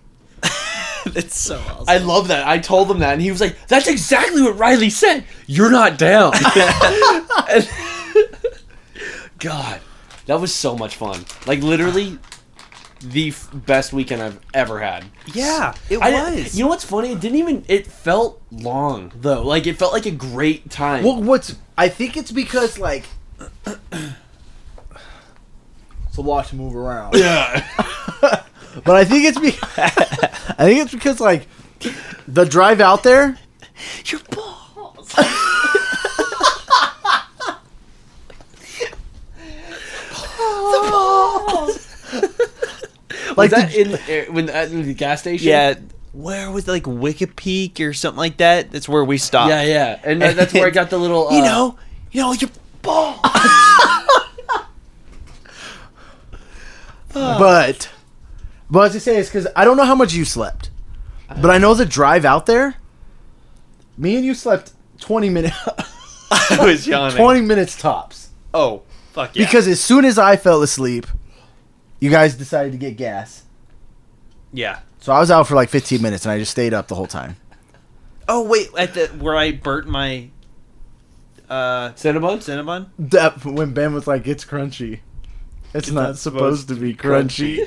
S2: That's so awesome.
S1: I love that. I told him that, and he was like, "That's exactly what Riley said. You're not down." And- God, that was so much fun. Like literally, the f- best weekend I've ever had.
S2: yeah, it
S1: I,
S2: was.
S1: You know what's funny? It didn't even. It felt long though. Like it felt like a great time.
S3: Well, what's. I think it's because, like, it's a lot to move around.
S1: yeah.
S3: But I think it's be- I think it's because like the drive out there.
S2: Your balls.
S1: Like
S3: Like
S1: that
S3: the-
S1: in eh, when at the gas station.
S2: yeah. Where was like Wicked Peak or something like that? That's where we stopped.
S1: Yeah, yeah, and that, that's where I got the little. Uh,
S2: you know, you know, your ball.
S3: but but as I say, it's because I don't know how much you slept, but I know the drive out there. Me and you slept twenty minutes,
S2: I was yawning.
S3: twenty minutes tops.
S2: Oh, fuck yeah.
S3: Because as soon as I fell asleep, you guys decided to get gas.
S2: yeah.
S3: So I was out for like fifteen minutes, and I just stayed up the whole time.
S2: Oh wait, at the where I burnt my uh
S1: Cinnabon.
S2: Cinnabon?
S3: That when Ben was like, "It's crunchy," it's, not, supposed, to be crunchy.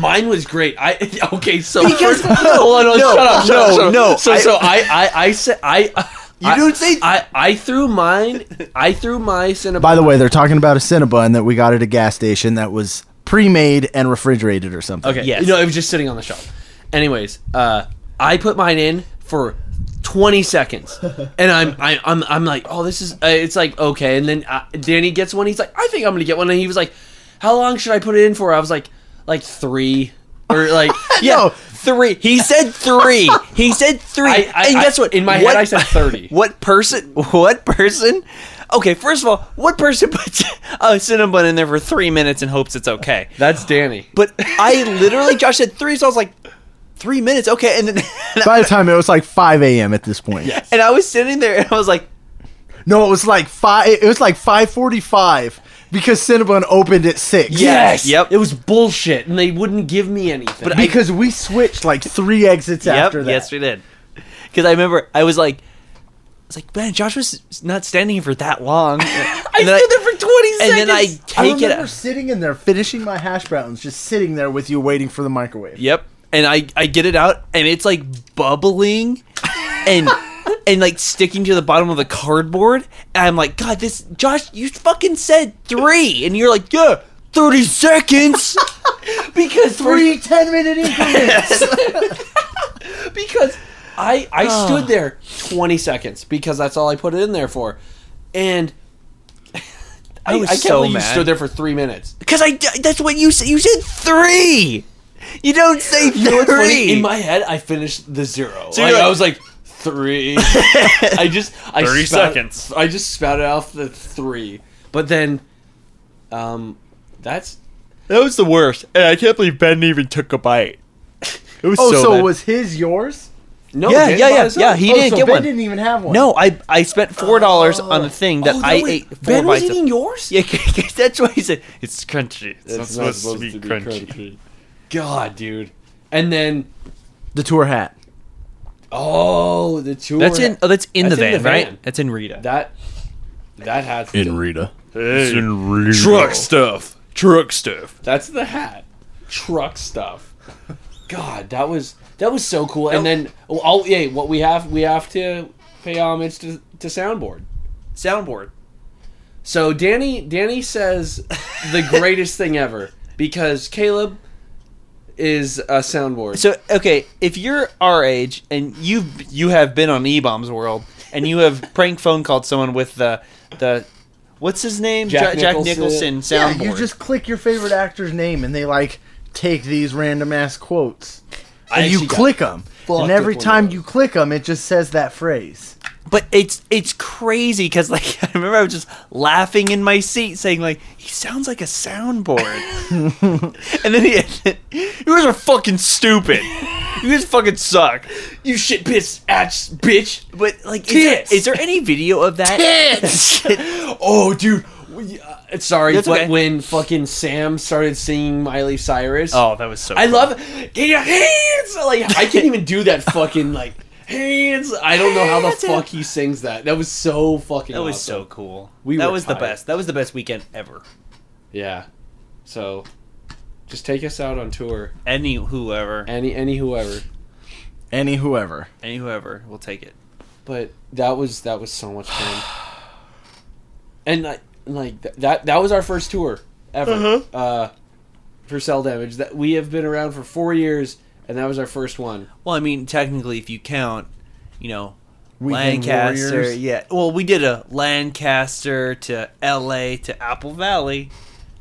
S1: Mine was great. I okay. So because, hold on, hold on,
S3: no,
S1: shut up, shut up,
S3: no,
S1: shut up.
S3: no,
S1: So
S3: I-
S1: so I I I said I. You
S3: don't say-
S1: I I threw mine. I threw my cinnamon.
S3: By the way, they're talking about a Cinnabon that we got at a gas station that was pre-made and refrigerated or something.
S1: okay,
S2: Yes.
S1: no, it was just sitting on the shelf. Anyways, uh, I put mine in for. 20 seconds and I'm I, I'm I'm like oh this is uh, it's like okay and then uh, Danny gets one he's like I think I'm gonna get one and he was like how long should I put it in for I was like like three or like yeah
S3: No.
S2: Three. He said three. he said three.
S1: I- I-
S2: and
S1: I-
S2: guess what?
S1: in my
S2: what,
S1: head I said 30.
S2: What person? What person? Okay, first of all, what person puts a Cinnabon in there for three minutes and hopes it's okay?
S1: that's Danny
S2: But I literally, Josh said three, so I was like, three minutes, okay. And then,
S3: By the time it was like 5 a.m. at this point.
S2: and I was sitting there and I was like,
S3: No, it was like five. It was like 5:45 because Cinnabon opened at six.
S2: Yes. Yep.
S1: It was bullshit, and they wouldn't give me anything. But
S3: Because we switched like three exits after that.
S2: Yes, we did. Because I remember I was like, I was like, man, Josh was not standing here for that long. I
S1: I stood there for twenty
S2: and then I
S1: seconds.
S3: I
S2: take it.
S3: remember sitting in there finishing my hash browns, just sitting there with you waiting for the microwave.
S2: Yep. And I I get it out, and it's like bubbling, and and like sticking to the bottom of the cardboard. And I'm like, God, this Josh, you fucking said three, and you're like, yeah, thirty seconds.
S1: because
S3: Three 10 minute increments.
S1: because I I
S2: Ah.
S1: stood there 20 seconds because that's all I put it in there for, and I, I,
S5: was
S1: can't
S5: so
S1: believe you
S5: mad.
S1: stood there for three minutes.
S2: Because I that's what you said. You said three. You don't say
S1: You know what's funny?
S2: three.
S1: In my head, I finished the zero.
S2: So
S1: like,
S2: you're like-
S1: I was like three. I just I
S2: 30
S1: spout-
S2: seconds.
S1: I just spouted off the three, but then, um, that's
S5: That was the worst, and I can't believe Ben even took a bite. It was
S3: Oh, so,
S5: bad.
S3: was his yours?
S1: no.
S2: Yeah,
S1: Ben
S2: yeah,
S1: bought
S2: yeah,
S1: us
S2: yeah,
S1: up.
S2: He
S3: oh,
S2: didn't
S3: so
S2: get
S3: ben
S2: one.
S3: didn't even have one.
S2: no, I I spent four dollars on a thing that
S1: Oh, no,
S2: I
S1: wait,
S2: ate. Four
S1: Ben was
S2: bites of.
S1: eating yours.
S2: Yeah, 'cause that's why he said it's crunchy. It's, not, supposed, to be, crunchy.
S1: God, dude. And then
S3: The tour hat.
S1: oh, the tour.
S2: That's in oh, that's in
S1: That's
S2: the
S1: in
S2: van,
S1: the van.
S2: right? That's in Rita.
S1: that. That hat.
S3: Rita.
S5: truck stuff. Truck stuff.
S1: That's the hat. Truck stuff. God, that was that was so cool. And then oh, oh yeah, what we have we have to pay homage to, to soundboard. Soundboard. So Danny Danny says the greatest thing ever because Caleb is a soundboard.
S2: So okay, if you're our age and you you have been on E Bombs World and you have prank phone called someone with the the what's his name
S1: Jack
S2: Ja- Jack
S1: Nicholson.
S2: Nicholson
S3: Yeah,
S2: soundboard.
S3: you just click your favorite actor's name and they like take these random ass quotes.
S1: I
S3: And you
S1: actually got
S3: click them.
S1: fucked
S3: And every
S1: with one of
S3: time
S1: those.
S3: you click them, it just says that phrase.
S2: but it's it's crazy because like I remember I was just laughing in my seat saying like he sounds like a soundboard, and then he you guys are fucking stupid. You guys fucking suck.
S1: you shit piss ass bitch.
S2: But like, is there,
S1: Tits.
S2: is there any video of that?
S1: Oh, dude. we- uh, Sorry,
S2: That's
S1: but
S2: okay.
S1: when fucking Sam started singing Miley Cyrus,
S2: Oh, that was so.
S1: I
S2: cool.
S1: love get your hands like I can't even do that fucking like hands. I don't know how the fuck he sings that. That was so fucking.
S2: That was
S1: awesome.
S2: so cool.
S1: We
S2: that
S1: were
S2: was
S1: tired.
S2: the best. That was the best weekend ever.
S1: yeah. So, just take us out on tour.
S2: Any whoever,
S1: Any any whoever,
S3: Any whoever.
S2: any whoever will take it.
S1: but that was that was so much fun. And like like th- that that was our first tour ever
S2: Uh-huh.
S1: uh, for Cell Damage. That we have been around for four years, and that was our first one.
S2: Well, I mean, technically, if you count, you know,
S3: Weekend
S2: Lancaster.
S3: Warriors.
S2: Yeah. Well, we did a Lancaster to L.A. to Apple Valley.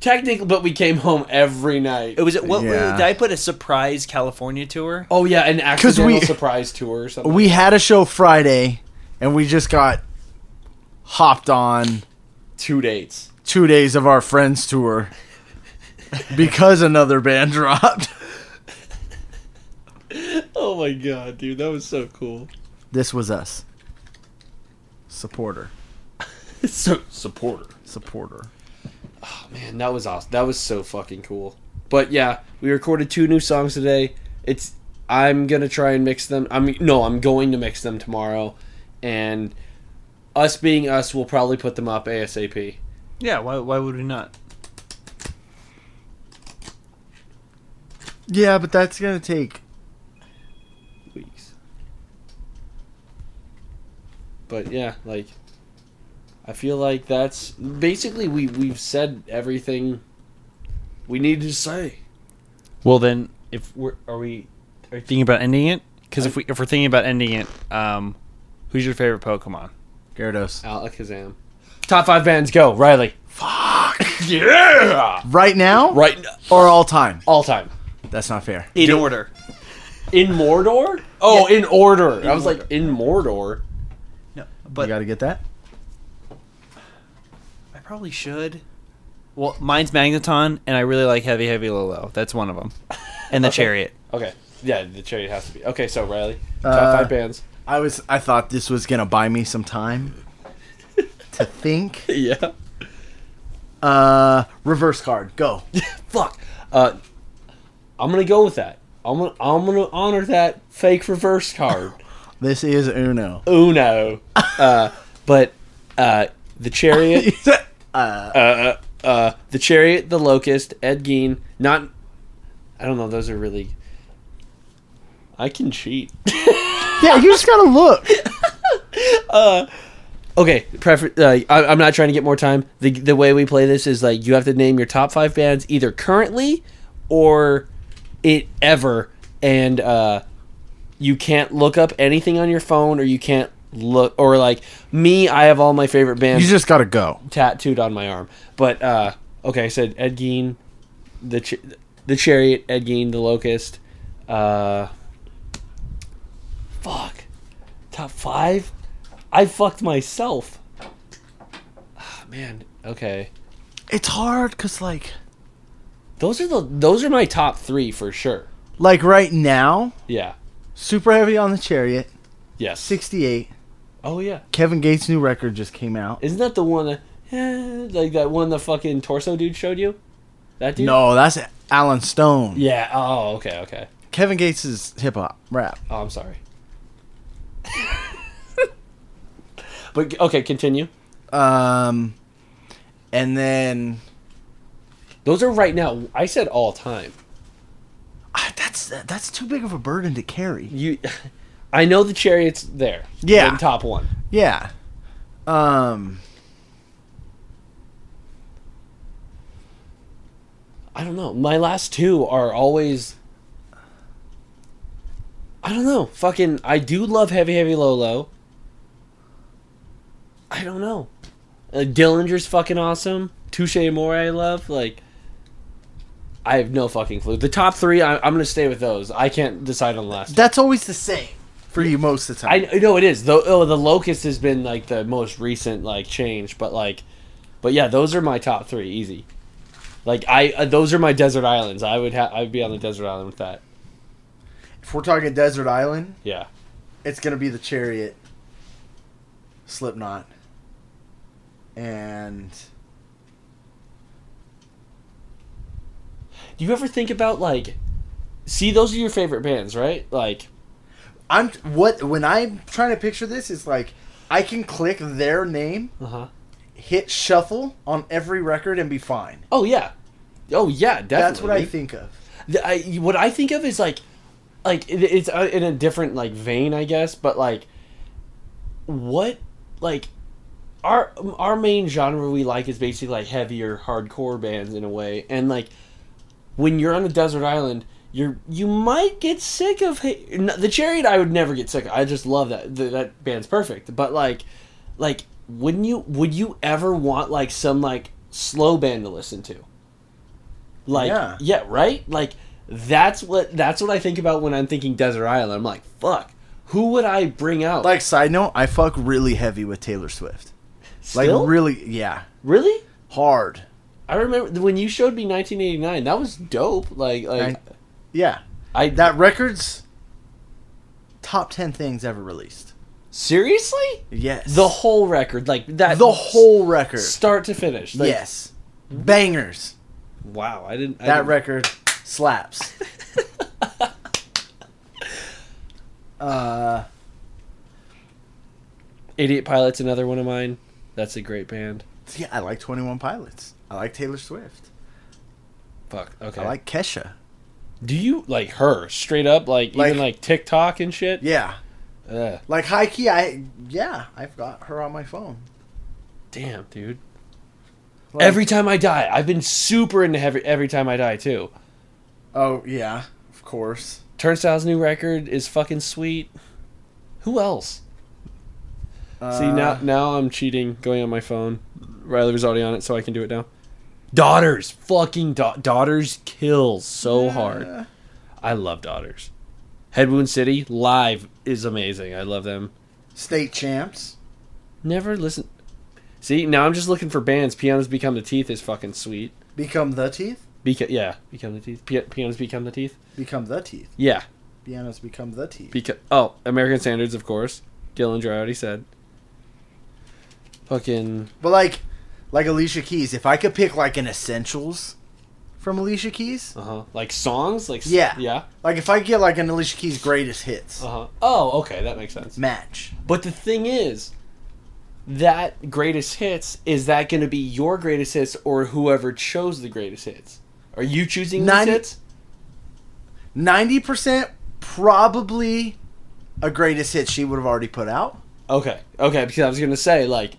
S1: Technically, but we came home every night.
S2: It was what?
S3: Yeah.
S2: Did I put a surprise California tour?
S1: Oh yeah, an accidental
S3: we-
S1: surprise tour or something.
S3: We had a show Friday and we just got hopped on
S1: two dates.
S3: two days of our friends tour because another band dropped.
S1: Oh my god, dude, that was so cool.
S3: This was us. Supporter.
S1: so supporter.
S3: Supporter.
S1: Man, that was awesome. That was so fucking cool. But yeah, we recorded two new songs today. It's I'm gonna try and mix them. I mean, no, I'm going to mix them tomorrow, and us being us, we'll probably put them up ASAP.
S2: Yeah. Why? Why would we not?
S3: Yeah, but that's gonna take
S1: Weeks. But yeah, like I feel like that's basically we we've said everything we needed to say.
S2: Well, then, if we're are we are you thinking about ending it? Because if we if we're thinking about ending it, um, who's your favorite Pokemon?
S3: Gyarados.
S1: Alakazam. Top five bands go. Riley.
S3: Right now?
S1: Right.
S3: Or all time.
S1: All time.
S3: That's not fair.
S2: In order.
S1: In Mordor? Oh, in order. I was like, in Mordor?
S2: No,
S3: You
S2: but
S3: gotta get that?
S2: I probably should. Well, mine's Magneton, and I really like Heavy Heavy Low Low. That's one of them, and the Chariot.
S1: Okay. Yeah, the chariot has to be. Okay, so Riley. Top
S3: Uh,
S1: five bands.
S3: I was I thought this was gonna buy me some time to think.
S1: Yeah.
S3: Uh reverse card. Go.
S1: Fuck. Uh, I'm going to go with that. I'm going to I'm gonna honor that fake reverse card.
S3: This is Uno.
S1: Uno. Uh, but uh, the chariot. uh, uh, uh, the Chariot, the Locust, Ed Gein. Not, I don't know. Those are really. I can cheat.
S3: yeah, you just gotta look.
S1: Okay, prefer. Uh, I, I'm not trying to get more time. The the way we play this is like you have to name your top five bands either currently, or it ever, and uh, you can't look up anything on your phone or you can't look or like me i have all my favorite bands
S3: You just gotta go.
S1: tattooed on my arm. But uh, okay, I said Ed Gein, the ch- the Chariot, Ed Gein, the Locust. Uh, fuck, top five. I fucked myself. Ah, man, okay,
S3: It's hard cause like
S1: those are the those are my top three for sure.
S3: like right now,
S1: Yeah.
S3: super heavy on the chariot,
S1: Yes.
S3: sixty eight.
S1: Oh yeah.
S3: Kevin Gates' new record just came out.
S1: Isn't that the one that eh, like that one the fucking torso dude showed you? That dude.
S3: No, that's Alan Stone.
S1: Yeah. Oh. Okay. Okay.
S3: Kevin Gates is hip hop rap.
S1: Oh, I'm sorry. but okay, continue.
S3: Um, and then
S1: Those are right now. I said all time.
S3: ah, that's that's too big of a burden to carry.
S1: You, I know the chariot's there.
S3: Yeah.
S1: in top one.
S3: Yeah. Um,
S1: I don't know. My last two are always. I don't know. Fucking, I do love heavy, heavy, low, low. I don't know. Uh, Dillinger's fucking awesome. Touche Amore, I love. Like, I have no fucking clue. The top three, I, I'm gonna stay with those. I can't decide on the last.
S3: that's always the same for you most of the
S1: I
S3: time.
S1: I know it is. Though oh, the locust has been like the most recent like change, but like, but yeah, those are my top three easy. Like I, uh, those are my desert islands. I would have, I'd be on the desert island with that.
S3: if we're talking desert island,
S1: Yeah,
S3: it's gonna be the Chariot, Slipknot, and
S1: do you ever think about like, see, those are your favorite bands, right? Like,
S3: I'm what when I'm trying to picture this is like I can click their name,
S1: uh huh.
S3: hit shuffle on every record, and be fine.
S1: Oh yeah, oh yeah, definitely.
S3: That's what I think of.
S1: Th- I, what I think of is like, like it, it's uh, in a different like vein, I guess. But like, what like our our main genre we like is basically like heavier hardcore bands in a way, and like when you're on a desert island. You're, you might get sick of he- n- the chariot. I would never get sick. Of. I just love that th- that band's perfect. But like, like wouldn't you? Would you ever want like some like slow band to listen to? Like
S3: Yeah.
S1: yeah, right? Like that's what that's what I think about when I'm thinking desert island. I'm like, fuck, who would I bring out?
S3: Like side note, I fuck really heavy with Taylor Swift.
S1: Still?
S3: Like really, yeah,
S1: really?
S3: hard.
S1: I remember when you showed me 1989. That was dope. Like like
S3: Right. Yeah,
S1: I
S3: that record's top ten things ever released.
S1: seriously
S3: Yes,
S1: the whole record like that
S3: the whole record.
S1: start to finish. Like,
S3: yes, bangers.
S1: Wow, I didn't. I
S3: That
S1: didn't-
S3: record slaps. uh,
S1: Idiot Pilot's another one of mine. That's a great band.
S3: yeah, I like Twenty One Pilots. I like Taylor Swift.
S1: Fuck. Okay.
S3: I like Kesha.
S1: Do you like her straight up? Like,
S3: Like-
S1: even like TikTok and shit.
S3: Yeah,
S1: Ugh,
S3: like high key. I yeah, I've got her on my phone.
S1: damn, dude.
S3: Like-
S1: every time I die, I've been super into every every time I die too.
S3: oh yeah, of course.
S1: Turnstile's new record is fucking sweet. Who else? See now now I'm cheating, going on my phone. Riley was already on it, so I can do it now. Daughters, fucking da- daughters, kills so
S3: Uh,
S1: hard. I love daughters. Headwound City live is amazing. I love them.
S3: state champs.
S1: Never listen. See now I'm just looking for bands. Pianos become the teeth is fucking sweet.
S3: Become the teeth.
S1: Beca- yeah, become the teeth. Pia- pianos become the teeth.
S3: Become the teeth.
S1: Yeah,
S3: Pianos become the teeth.
S1: Because oh, American standards, of course. Dillinger, I already said. Fucking
S3: but like, like Alicia Keys. If I could pick like an essentials from Alicia Keys,
S1: uh huh, like songs, like s-
S3: Yeah.
S1: yeah,
S3: like if I could get like an Alicia Keys greatest hits
S1: uh huh. Oh, okay, that makes sense.
S3: match.
S1: But the thing is, that greatest hits is that going to be your greatest hits or whoever chose the greatest hits? Are you choosing these
S3: Ninety-
S1: hits?
S3: ninety percent probably a greatest hit she would have already put out.
S1: Okay, okay, because I was going to say like,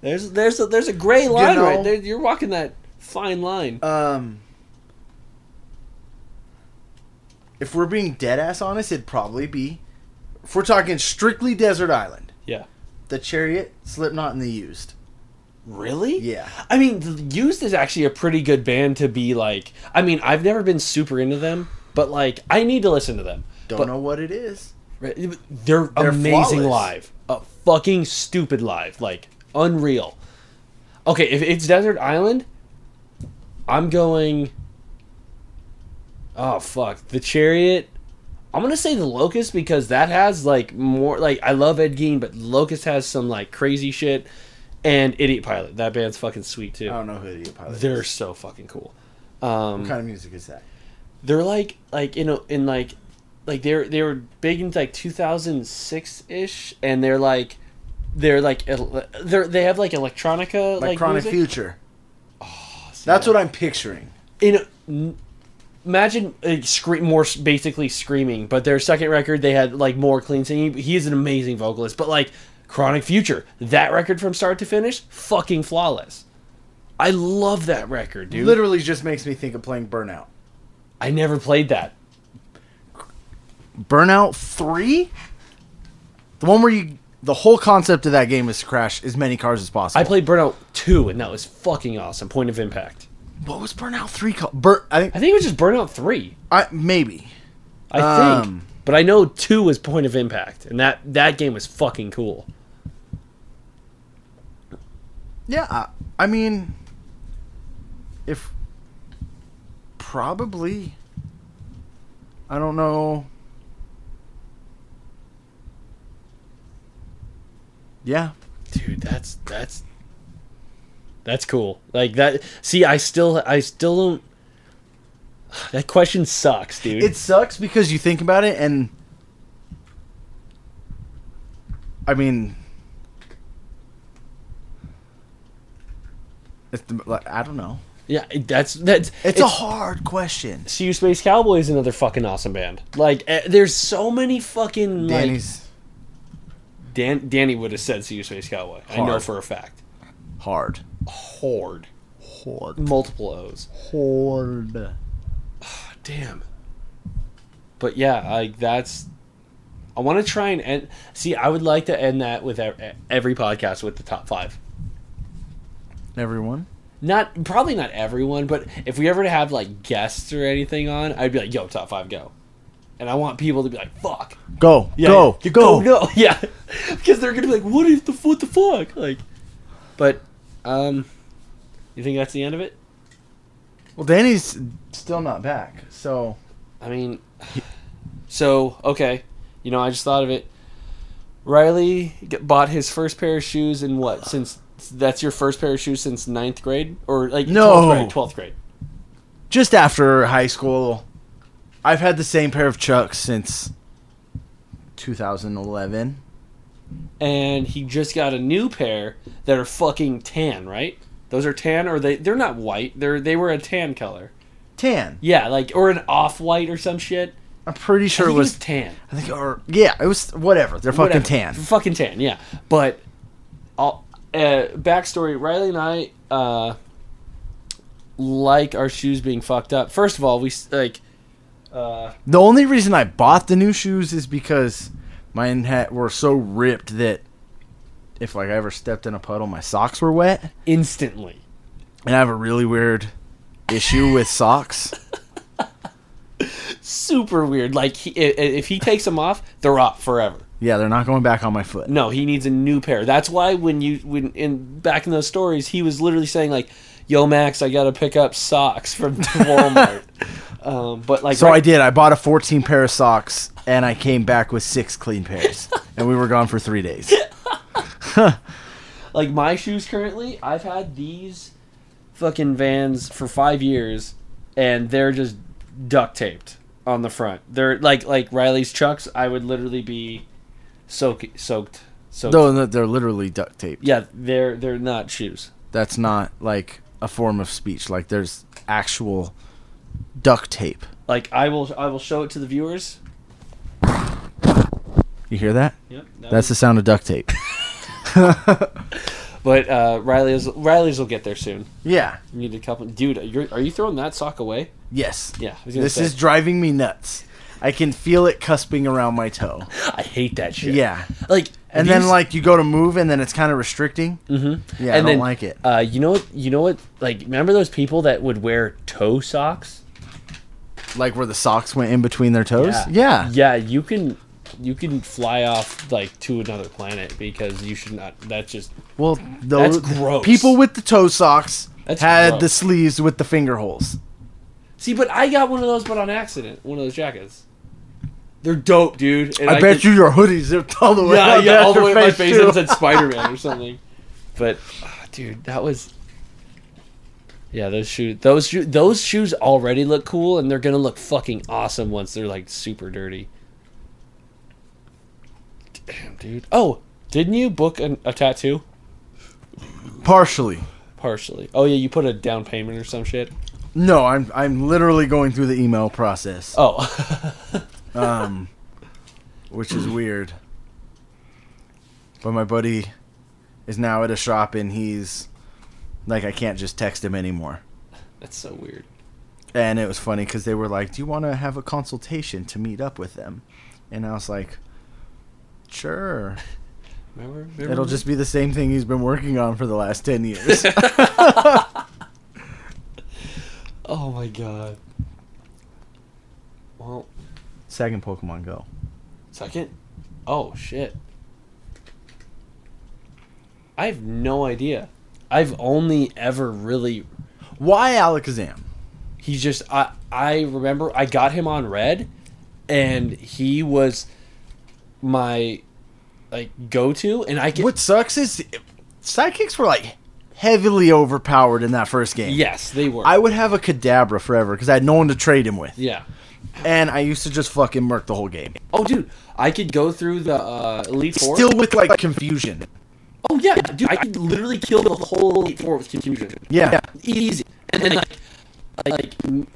S1: there's there's a, there's a gray line right
S3: know-
S1: there. You're walking that fine line.
S3: Um, if we're being dead ass honest, it'd probably be if we're talking strictly Desert Island,
S1: Yeah.
S3: the Chariot, Slipknot, and the Used.
S1: Really?
S3: Yeah.
S1: I mean, th- Used is actually a pretty good band to be like. I mean, I've never been super into them, but like, I need to listen to them.
S3: Don't
S1: But-
S3: know what it is.
S1: Right, They're,
S3: They're
S1: amazing
S3: flawless.
S1: live. Uh, fucking stupid live. Like, unreal. Okay, if it's Desert Island, I'm going. Oh, fuck. The Chariot. I'm going to say The Locust because that has, like, more. Like, I love Ed Gein, but Locust has some, like, crazy shit. And Idiot Pilot. That band's fucking sweet, too.
S3: I don't know who the pilot
S1: They're
S3: is.
S1: so fucking cool. Um,
S3: What kind of music is that?
S1: They're like like you know in like like they're they were big in like 2006 ish, and they're like they're like ele- they're they have like electronica
S3: Like,
S1: like
S3: Chronic
S1: music. Oh,
S3: Future. That's what I'm picturing.
S1: in n- imagine like, scre- more s- basically screaming but their second record they had like more clean singing he is an amazing vocalist but like chronic future that record from start to finish fucking flawless i love that record dude
S3: Literally just makes me think of playing Burnout.
S1: i never played that
S3: Burnout 3? The one where you the whole concept of that game is to crash as many cars as possible.
S1: i played burnout 2 and that was fucking awesome point of impact
S3: What was Burnout 3 called? Bur- I think
S1: I think it was just Burnout Three.
S3: I maybe.
S1: I think,
S3: Um,
S1: but I know two was Point of Impact, and that that game was fucking cool.
S3: Yeah, I, I mean if probably I don't know. Yeah.
S1: Dude, that's that's that's cool. Like that. See, I still I still don't. That question sucks, dude.
S3: It sucks because you think about it and I mean it's the, like, I don't know.
S1: yeah, it- that's that's.
S3: It's, a hard question.
S1: CU Space Cowboy is another fucking awesome band. Like, eh, there's so many fucking
S3: Danny's
S1: like Dan Danny would have said CU Space Cowboy. I know
S3: Hard.
S1: for a fact.
S3: hard.
S1: Horde,
S3: Hard.
S1: multiple O's.
S3: Hard.
S1: Damn. But yeah, like that's. I want to try and end. See, I would like to end that with ev- every podcast with the top five.
S3: Everyone.
S1: Not probably not everyone, but if we ever to have like guests or anything on, I'd be like, "Yo, top five, go!" And I want people to be like, "Fuck,
S3: Go.
S1: yeah,
S3: go.
S1: yeah,
S3: go.
S1: no, yeah," because they're gonna be like, "What is the what the fuck?" Like, but um, you think that's the end of it?
S3: Well, Danny's still not back. So
S1: I mean, so okay, you know, I just thought of it. Riley g- bought his first pair of shoes in what? Since that's your first pair of shoes since ninth grade, or like
S3: No.
S1: twelfth grade? Twelfth grade.
S3: just after high school, I've had the same pair of Chucks since 2011.
S1: and he just got a new pair that are fucking tan, right? Those are tan, or they they're not white. They're they were a tan color.
S3: Tan.
S1: Yeah, like or an off white or some shit.
S3: I'm pretty
S1: I
S3: sure it
S1: think
S3: was.
S1: tan.
S3: I think, or yeah, it was whatever. They're fucking
S1: Whatever.
S3: tan.
S1: Fucking tan, yeah. But all uh, backstory: Riley and I uh, like our shoes being fucked up. First of all, we s- like
S3: The only reason I bought the new shoes is because mine had, were so ripped that if like I ever stepped in a puddle, my socks were wet.
S1: instantly.
S3: And I have a really weird issue with socks.
S1: Super weird. Like he, i- i- if he takes them off, they're off forever.
S3: Yeah, they're not going back on my foot.
S1: No, he needs a new pair. That's why when you when in back in those stories, he was literally saying like, "Yo, Max, I gotta pick up socks from Walmart." um, but like,
S3: So
S1: right-
S3: I did. I bought a 14 pair of socks, and I came back with six clean pairs, and we were gone for three days.
S1: like my shoes currently, I've had these fucking Vans for five years, and they're just duct taped on the front. They're like like Riley's Chucks. I would literally be soak, soaked soaked.
S3: No, no, they're literally duct taped.
S1: Yeah, they're they're not shoes.
S3: That's not like a form of speech. Like there's actual duct tape.
S1: Like I will I will show it to the viewers.
S3: You hear that?
S1: Yep, that
S3: That's the sound of duct tape.
S1: But uh, Riley's Riley's will get there soon.
S3: yeah.
S1: You need a couple, dude. You're, are you throwing that sock away?
S3: Yes.
S1: Yeah. I was gonna
S3: This
S1: say.
S3: is driving me nuts. I can feel it cusping around my toe.
S1: I hate that shit.
S3: Yeah.
S1: Like
S3: And then
S1: these-
S3: like you go to move and then it's kind of restricting. Mm-hmm. Yeah, I
S1: and
S3: don't
S1: then,
S3: like it.
S1: Uh, you know what? You know what? Like remember those people that would wear toe socks?
S3: Like where the socks went in between their toes.
S1: Yeah.
S3: Yeah.
S1: Yeah, you can you can fly off like to another planet because you should not that's just
S3: Well,
S1: That's
S3: those
S1: gross.
S3: people with the toe socks
S1: That's
S3: had the
S1: gross.
S3: sleeves with the finger holes.
S1: See, but I got one of those but on accident, one of those jackets. They're dope, dude. and
S3: I, bet
S1: could-
S3: you your hoodies zipped all the way
S1: Yeah,
S3: up
S1: yeah, all the way
S3: your
S1: up my face and it
S3: too.
S1: said Spider Man or something. But ah, dude, that was Yeah, those shoes those shoes those shoes already look cool and they're gonna look fucking awesome once they're like super dirty. Damn dude. Oh, didn't you book an, a tattoo?
S3: Partially.
S1: Partially. Oh yeah, you put a down payment or some shit.
S3: No, I'm I'm literally going through the email process,
S1: Oh,
S3: um, which is weird. But my buddy is now at a shop and he's like, I can't just text him anymore.
S1: that's so weird.
S3: And it was funny because they were like, "Do you want to have a consultation to meet up with them?" And I was like, "Sure."
S1: Remember?
S3: It'll
S1: remember-
S3: just be the same thing he's been working on for the last ten years.
S1: Oh my god. Well,
S3: Second Pokemon Go.
S1: Second? Oh shit. I have no idea. I've only ever really
S3: Why Alakazam?
S1: he just I I remember I got him on red and he was my like go to and I can
S3: What sucks is sidekicks were like heavily overpowered in that first game.
S1: Yes, they were.
S3: I would have a Kadabra forever because I had no one to trade him with,
S1: yeah.
S3: and I used to just fucking murk the whole game.
S1: Oh dude, I could go through the uh, Elite Four.
S3: Still with like confusion.
S1: oh yeah, dude, I could literally kill the whole Elite Four with confusion.
S3: Yeah,
S1: easy. And then like, like m-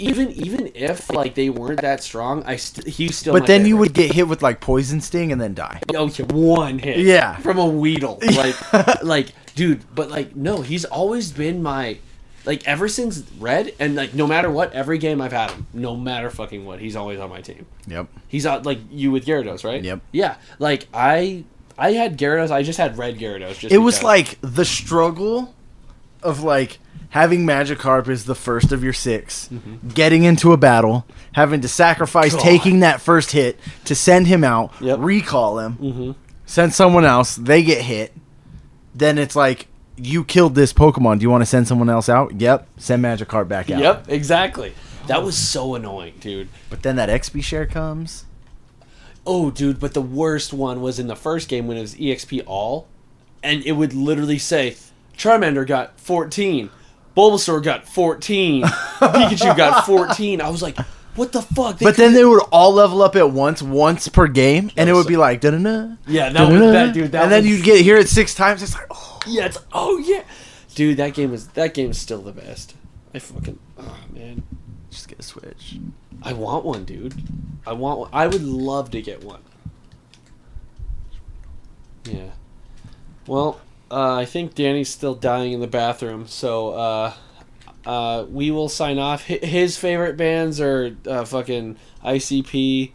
S1: even even if like they weren't that strong, I st- he's still.
S3: but
S1: my
S3: then you
S1: favorite.
S3: would get hit with like poison sting and then die.
S1: oh yeah, one hit
S3: Yeah.
S1: from a Weedle like like dude, but like no, he's always been my like ever since Red and like no matter what, every game I've had him, no matter fucking what, he's always on my team.
S3: Yep.
S1: He's on like you with Gyarados, right?
S3: Yep.
S1: Yeah, like I. I had Gyarados. I just had red Gyarados. Just
S3: It was
S1: because.
S3: like the struggle of like having Magikarp as the first of your 6
S1: Mm-hmm.
S3: getting into a battle, having to sacrifice taking that first hit to send him out,
S1: Yep. Mm-hmm.
S3: recall him, send someone else, they get hit. Then it's like, you killed this Pokemon. Do you want to send someone else out? Yep. Send Magikarp back out.
S1: Yep, exactly. That was so annoying, dude.
S3: But then that XP share comes.
S1: Oh, dude, but the worst one was in the first game when it was EXP all, and it would literally say Charmander got 14, Bulbasaur got 14, Pikachu got 14. I was like, what the fuck? They
S3: But then they would all level up at once, once per game, and it would be like da da da.
S1: Yeah, that was- that- dude, that
S3: and then
S1: was-
S3: you'd get here at six times. It's like, oh,
S1: couldn't- yeah, it's oh yeah, dude, that game is that game is still the best. I fucking oh man,
S3: just get a switch.
S1: I want one, dude. I want one. I would love to get one. Yeah. Well, uh, I think Danny's still dying in the bathroom, so uh, uh, we will sign off. Hi- His favorite bands are uh, fucking ICP.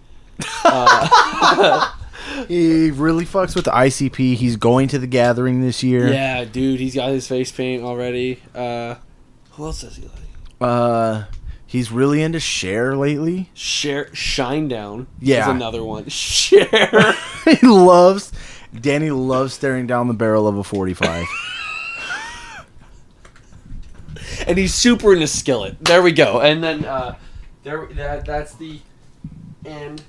S3: He really fucks with the ICP. He's going to the gathering this year.
S1: Yeah, dude, he's got his face paint already. Uh, who else does he like?
S3: Uh, he's really into share lately.
S1: Share Shine Down.
S3: Yeah.
S1: is another one. Share.
S3: he loves. Danny loves staring down the barrel of a forty-five.
S1: and he's super into skillet. There we go. And then uh, there that that's the end.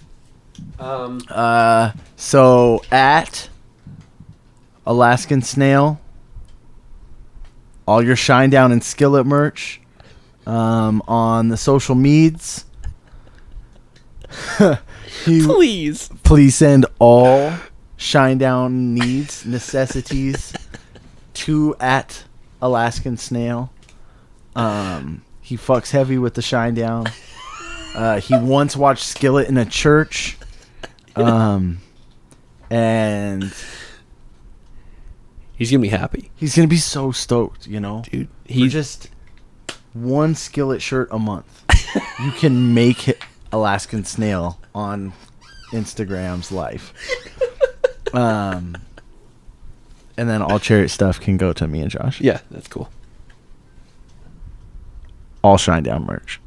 S1: Um,
S3: uh, so at Alaskan Snail, all your shine down and skillet merch um, on the social meds. he,
S2: Please.
S3: please send all shine down needs necessities to at alaskan snail um he fucks heavy with the shine down uh he once watched skillet in a church um and
S1: he's gonna be happy,
S3: he's gonna be so stoked you know
S1: dude.
S3: he
S1: He
S3: just one skillet shirt a month you can make it Alaskan Snail on Instagram's life. Um, and then all chariot stuff can go to me and Josh.
S1: Yeah, that's cool.
S3: All Shine Down merch.